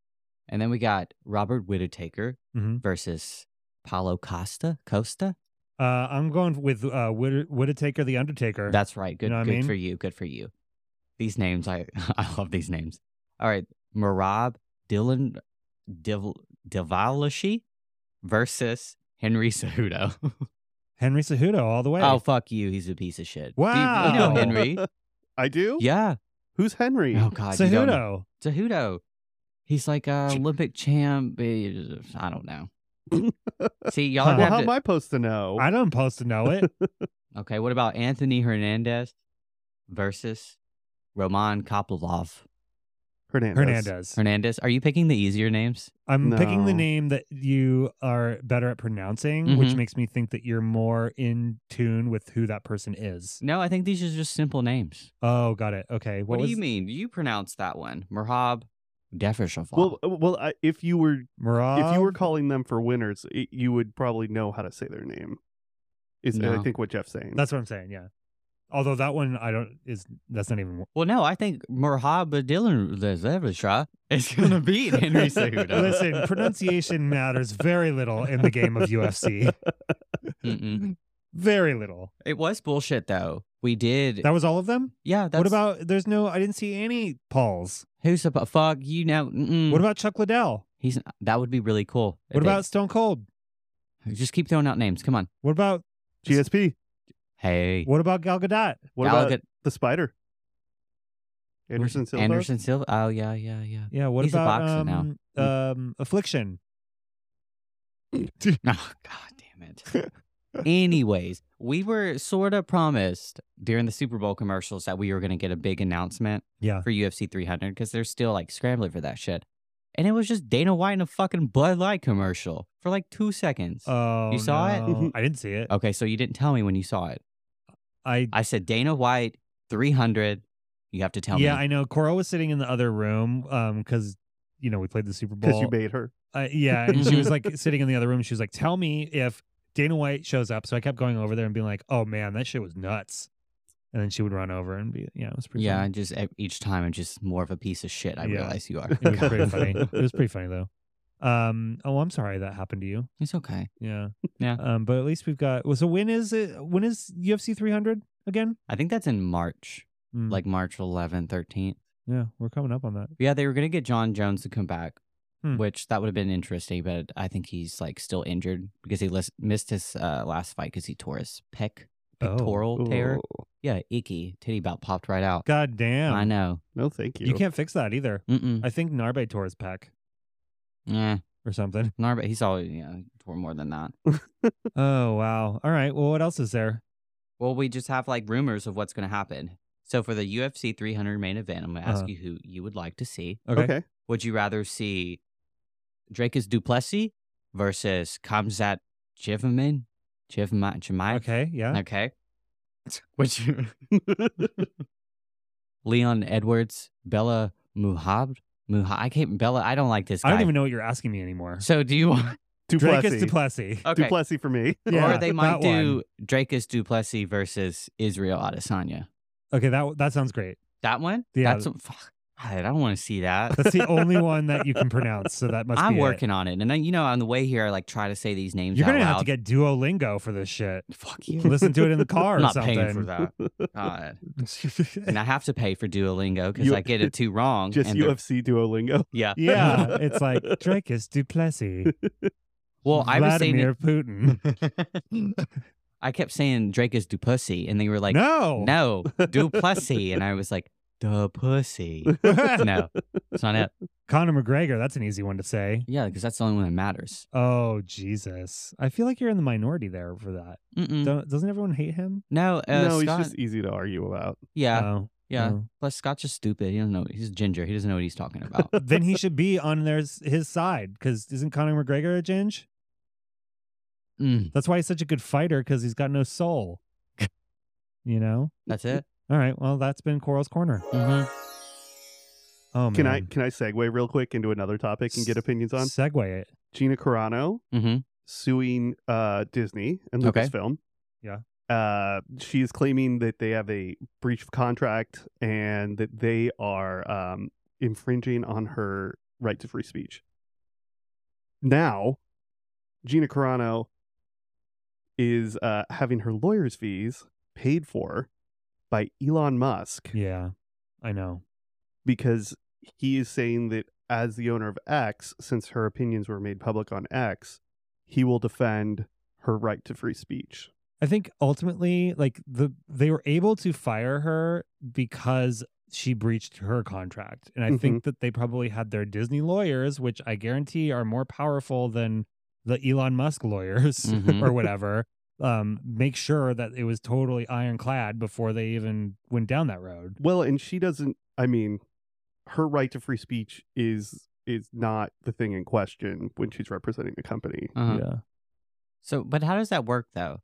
S2: And then we got Robert Whittaker
S1: Mhm.
S2: versus Paulo Costa. Costa.
S1: uh, I'm going with uh, Whitt- Whittaker the Undertaker.
S2: That's right. Good.
S1: know what I
S2: good
S1: mean?
S2: for you. Good for you. These names, I <laughs> I love these names. All right, Marab Dylan Div- Divalashi versus Henry Cejudo. <laughs>
S1: Henry Cejudo all the way.
S2: oh fuck you! He's a piece of shit. Do you- You
S1: Wow.
S2: know
S1: <laughs>
S2: Henry?
S3: I do?
S2: yeah.
S3: Who's Henry?
S2: Oh god. you don't know.
S1: Cejudo.
S2: Cejudo. He's like a Olympic champ. eh, I don't know.
S1: <laughs>
S2: See, y'all
S1: Huh.
S2: have
S3: well, how
S2: to-
S3: am I supposed to know?
S1: I don't supposed to know
S2: <laughs>
S1: it.
S2: Okay, what about Anthony Hernandez versus Roman Kopilov?
S3: Hernandez.
S1: Hernandez.
S2: Hernandez, are you picking the easier names?
S1: I'm picking the
S3: No.
S1: name that you are better at pronouncing, which
S2: Mhm.
S1: makes me think that you're more in tune with who that person is.
S2: No, I think these are just simple names.
S1: Oh, got it. Okay. What,
S2: What,
S1: was
S2: do you mean? You pronounce that one. Merhab Defreshafal.
S3: Well, uh, well, I, if you were
S1: Marav?
S3: if you were calling them for winners, it, you would probably know how to say their name. Is I
S2: No.
S3: think what Jeff's saying.
S1: That's what I'm saying. Yeah. Although that one, I don't is that's not even.
S2: well, no, I think Merhab Dylan Defreshafal
S1: <laughs>
S2: is going to beat Henry Cejudo.
S1: Listen, pronunciation matters very little in the game of UFC.
S2: Mm-mm.
S1: Very little.
S2: it was bullshit, though. We did.
S1: That was all of them.
S2: yeah, that's
S1: What about? There's no. I didn't see any Pauls.
S2: who's about fuck you know. Mm-mm.
S1: What about Chuck Liddell?
S2: He's that would be really cool. if
S1: What
S2: they-
S1: about Stone Cold?
S2: just keep throwing out names? Come on.
S1: What about
S3: GSP.
S2: Hey,
S1: what about Gal Gadot?
S3: What
S2: Gallagher-
S3: about the spider? Anderson Silva.
S2: Anderson Silva. Oh yeah, yeah,
S1: <laughs>
S2: yeah.
S1: Yeah. What
S2: He's a
S1: about
S2: boxer now.
S1: um, um Affliction?
S2: Oh god damn it. Anyways, we were sort of promised during the Super Bowl commercials that we were going to get a big announcement
S1: Yeah.
S2: for UFC 300 because they're still like scrambling for that shit. And it was just Dana White in a fucking Bud Light commercial for like two seconds.
S1: Oh,
S2: You saw it? Oh,
S1: no. I didn't see it.
S2: okay, so you didn't tell me when you saw it.
S1: I
S2: I said Dana White 300. You have to tell
S1: yeah,
S2: me.
S1: I know. Cora was sitting in the other room, um, because you know we played the Super Bowl.
S3: Because you made her.
S1: Uh, yeah, and she was
S2: <laughs>
S1: like sitting in the other room. She was like, "Tell me if Dana White shows up." So I kept going over there and being like, "Oh man, that shit was nuts." and then she would run over and be yeah, it was pretty.
S2: yeah,
S1: funny.
S2: and just e- each time I'm just more of a piece of shit.
S1: <laughs>
S2: I
S1: Yeah.
S2: realize you are.
S1: it was pretty funny. It was
S2: <laughs>
S1: pretty funny though. Um. Oh, I'm sorry that happened to you.
S2: It's okay.
S1: Yeah.
S2: Yeah.
S1: Um. But at least we've got. Well, so when is it? When is UFC 300 again?
S2: I think that's in March,
S1: Mm,
S2: like March 11th, 13th.
S1: yeah, we're coming up on that.
S2: Yeah, they were gonna get John Jones to come back,
S1: Hmm.
S2: which that would have been interesting. But I think he's like still injured because he lis- missed his uh, last fight because he tore his pec
S1: Oh.
S2: pectoral tear.
S3: Ooh,
S2: Yeah, icky titty bout popped right out.
S1: God damn.
S2: I know.
S3: no, thank you.
S1: You can't fix that either.
S2: Mm-mm.
S1: I think Narbe tore his pack
S2: Yeah,
S1: or
S2: <laughs>
S1: something.
S2: Narba, he's always yeah tore more than that.
S1: oh wow. All right. Well, what else is there?
S2: Well, we just have like rumors of what's gonna happen. So for the UFC 300 main event, I'm gonna ask
S1: Uh-huh.
S2: you who you would like to see.
S1: Okay.
S3: okay.
S2: Would you rather see Drakus Duplessis versus Kamzat Jivman? Jivma Jemayev?
S1: Okay, Yeah.
S2: Okay.
S1: <laughs>
S2: Would you Leon Edwards, Bella Muhab? Muhab I can't Bella, I don't like this guy.
S1: I don't even know what you're asking me anymore.
S2: So Uh,
S1: <laughs>
S2: do you want
S1: Dracus
S3: Duplessis.
S1: Duplessis.
S2: okay.
S3: Duplessis
S2: <laughs>
S3: for me.
S1: Yeah,
S2: or they
S1: that
S2: might
S1: one.
S2: do Drakus Duplessis versus Israel Adesanya.
S1: Okay, that that sounds great.
S2: That one?
S1: Yeah.
S2: That's fuck, I don't want to see that.
S1: That's the
S2: <laughs>
S1: only one that you can pronounce. So that must
S2: I'm
S1: be it.
S2: working on it. And then, you know, on the way here, I like try to say these names
S1: You're
S2: out
S1: gonna
S2: loud.
S1: have to get Duolingo for this
S2: <laughs>
S1: shit.
S2: Fuck you.
S1: Listen to it
S2: <laughs>
S1: in the car
S2: I'm
S1: or
S2: not
S1: something.
S2: paying for that. God. And
S1: that.
S2: <laughs> I have to pay for Duolingo because
S3: You-
S2: I get it too wrong.
S3: Just
S2: and they're-
S3: UFC Duolingo.
S1: <laughs>
S2: Yeah.
S1: <laughs> yeah, it's like Dracus Duplessis.
S2: Well, I was saying
S1: Vladimir
S2: it-
S1: Putin.
S2: I kept saying Drake is Dupussy, and they were like,
S1: <laughs> no,
S2: no,
S1: <laughs>
S2: Duplessis, and I was like, the pussy. no, it's not it.
S1: Conor McGregor. That's an easy one to say.
S2: Yeah, because that's the only one that matters.
S1: Oh Jesus, I feel like you're in the minority there for that. <laughs>
S2: Mm-mm.
S1: Don't, doesn't everyone hate him?
S2: No, <laughs> uh,
S3: no,
S2: Scott.
S3: he's just easy to argue about.
S2: Yeah,
S1: Oh,
S2: yeah.
S1: oh.
S2: Plus, Scott's just stupid. He doesn't know. He's ginger. He doesn't know what he's
S1: <laughs>
S2: talking about.
S1: then he should be on their his side because isn't Conor McGregor a ginge?
S2: Mm,
S1: That's why he's such a good fighter because he's got no soul. you know.
S2: that's it.
S1: All right. Well, that's been Coral's corner.
S2: Mm-hmm.
S1: Oh man.
S3: Can I can I segue real quick into another topic and get opinions on
S1: segue it?
S3: Gina Carano
S2: Mm-hmm.
S3: suing uh, Disney and
S2: Okay.
S3: Lucasfilm?
S1: Yeah.
S3: Uh, she is claiming that they have a breach of contract and that they are um, infringing on her right to free speech. Now, Gina Carano is uh, having her lawyer's fees paid for by Elon Musk.
S1: Yeah. I know.
S3: because he is saying that as the owner of X, since her opinions were made public on X, he will defend her right to free speech.
S1: I think ultimately, like the they were able to fire her because she breached her contract, and I
S3: Mm-hmm.
S1: think that they probably had their Disney lawyers, which I guarantee are more powerful than the Elon Musk lawyers
S2: Mhm.
S1: <laughs> or whatever. Um, make sure that it was totally ironclad before they even went down that road.
S3: Well, and she doesn't. I mean, her right to free speech is is not the thing in question when she's representing the company.
S2: Uh-huh.
S1: Yeah.
S2: So, but how does that work though?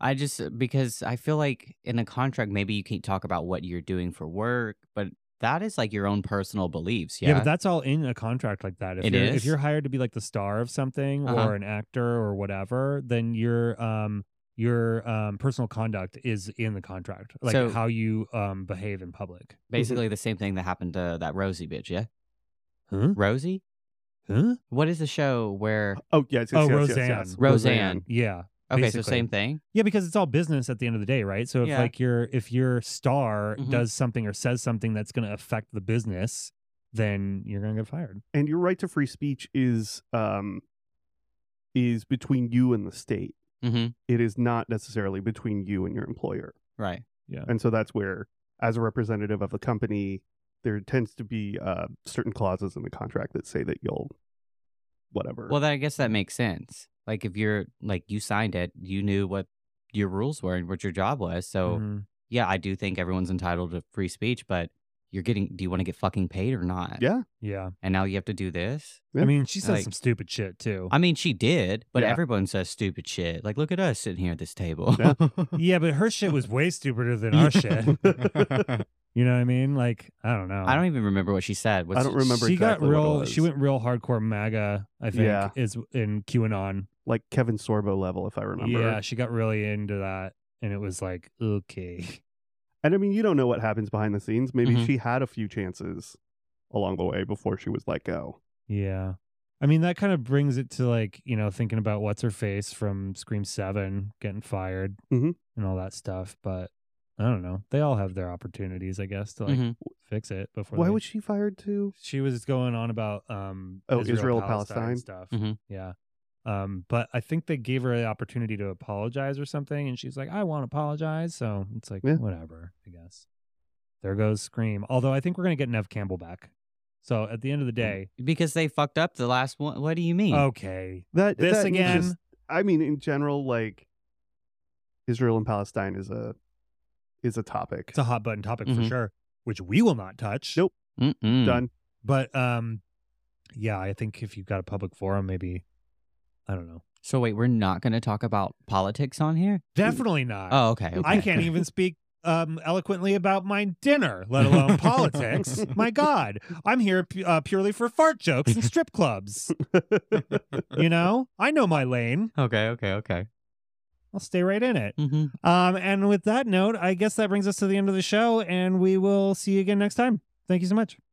S2: I just uh, because I feel like in a contract, maybe you can talk about what you're doing for work, but that is like your own personal beliefs. Yeah,
S1: Yeah. but that's all in a contract like that. If
S2: It
S1: you're if
S2: is?
S1: you're hired to be like the star of something
S2: Uh-huh.
S1: or an actor or whatever, then your um your um personal conduct is in the contract, like
S2: So-
S1: how you um behave in public.
S2: basically the same thing that happened to that Rosie bitch. Yeah,
S1: Huh?
S2: Rosie.
S1: Huh?
S2: What is the show where
S3: Oh yes, yes,
S1: Oh,
S3: yes, yes,
S1: Roseanne.
S3: yes.
S2: Roseanne?
S1: Yeah.
S2: Okay, so
S1: basically.
S2: same thing.
S1: Yeah, because it's all business at the end of the day, right? So if
S2: Yeah.
S1: like your if your star
S2: Mhm.
S1: does something or says something that's going to affect the business, then you're going to get fired.
S3: And your right to free speech is um is between you and the state.
S2: Mm-hmm.
S3: It is not necessarily between you and your employer.
S2: Right.
S3: and so that's where as a representative of the company there tends to be uh, certain clauses in the contract that say that you'll whatever
S2: Well, then I guess that makes sense. Like if you're like you signed it, you knew what your rules were and what your job was. So
S1: Mhm.
S2: yeah, I do think everyone's entitled to free speech, but you're getting. Do you want to get fucking paid or not?
S3: yeah
S1: Yeah.
S2: And now you have to do this.
S1: I
S3: Yeah.
S1: mean, she says
S2: Like-
S1: some stupid shit too.
S2: I mean, she did, but
S3: Yeah.
S2: everyone says stupid shit. Like, look at us sitting here at this table.
S3: Yeah.
S1: yeah, but her shit was way stupider than our shit. <laughs> You know what I mean? Like I don't know.
S2: <laughs> I don't even remember what she said. What's
S3: i don't remember
S1: She
S3: exactly
S1: got
S3: what it
S1: real.
S3: was.
S1: She went real hardcore MAGA. I think
S3: Yeah.
S1: is in QAnon.
S3: <laughs> like kevin sorbo level if i remember
S1: Yeah, she got really into that, and it was like okay. <laughs>
S3: And I mean, you don't know what happens behind the scenes. Maybe
S1: Mm-hmm.
S2: Mhm.
S3: she had a few chances along the way before she was let go.
S1: Yeah. I mean, that kind of brings it to like, you know, thinking about what's her face from Scream 7 getting fired
S3: Mhm.
S1: and all that stuff. But I don't know. They all have their opportunities, I guess, to like
S2: Mhm.
S1: fix it before.
S3: Mm-hmm. Why
S1: they-
S3: was she fired too?
S1: she was going on about um
S3: Oh, Israel, Palestine.
S1: stuff.
S2: Mhm.
S1: Yeah. Um, but I think they gave her the opportunity to apologize or something, and she's like, I want to apologize. So it's like,
S3: Yeah.
S1: whatever, I guess. There goes Scream. Although I think we're gonna get Nev Campbell back. So at the end of the day,
S2: because they fucked up the last one. What do you mean?
S3: Oh,
S1: okay.
S3: That
S1: This
S3: that
S1: again.
S3: just- I mean, in general, like Israel and Palestine is a is a topic.
S1: It's a hot button topic for
S2: Mhm.
S1: sure, which we will not touch.
S3: Nope.
S1: hmm.
S2: Mm-mm.
S3: Done.
S1: But um yeah, I think if you've got a public forum, maybe I don't know.
S2: So wait, we're not going to talk about politics on here.
S1: Definitely not.
S2: Oh, okay. okay.
S1: I can't even speak um, eloquently about my dinner, let alone politics. My God, I'm here pu- uh, purely for fart jokes and strip clubs. You know, I know my lane.
S2: Okay. Okay. Okay.
S1: I'll stay right in it.
S2: Mm-hmm.
S1: Um, and with that note, I guess that brings us to the end of the show, and we will see you again next time. Thank you so much.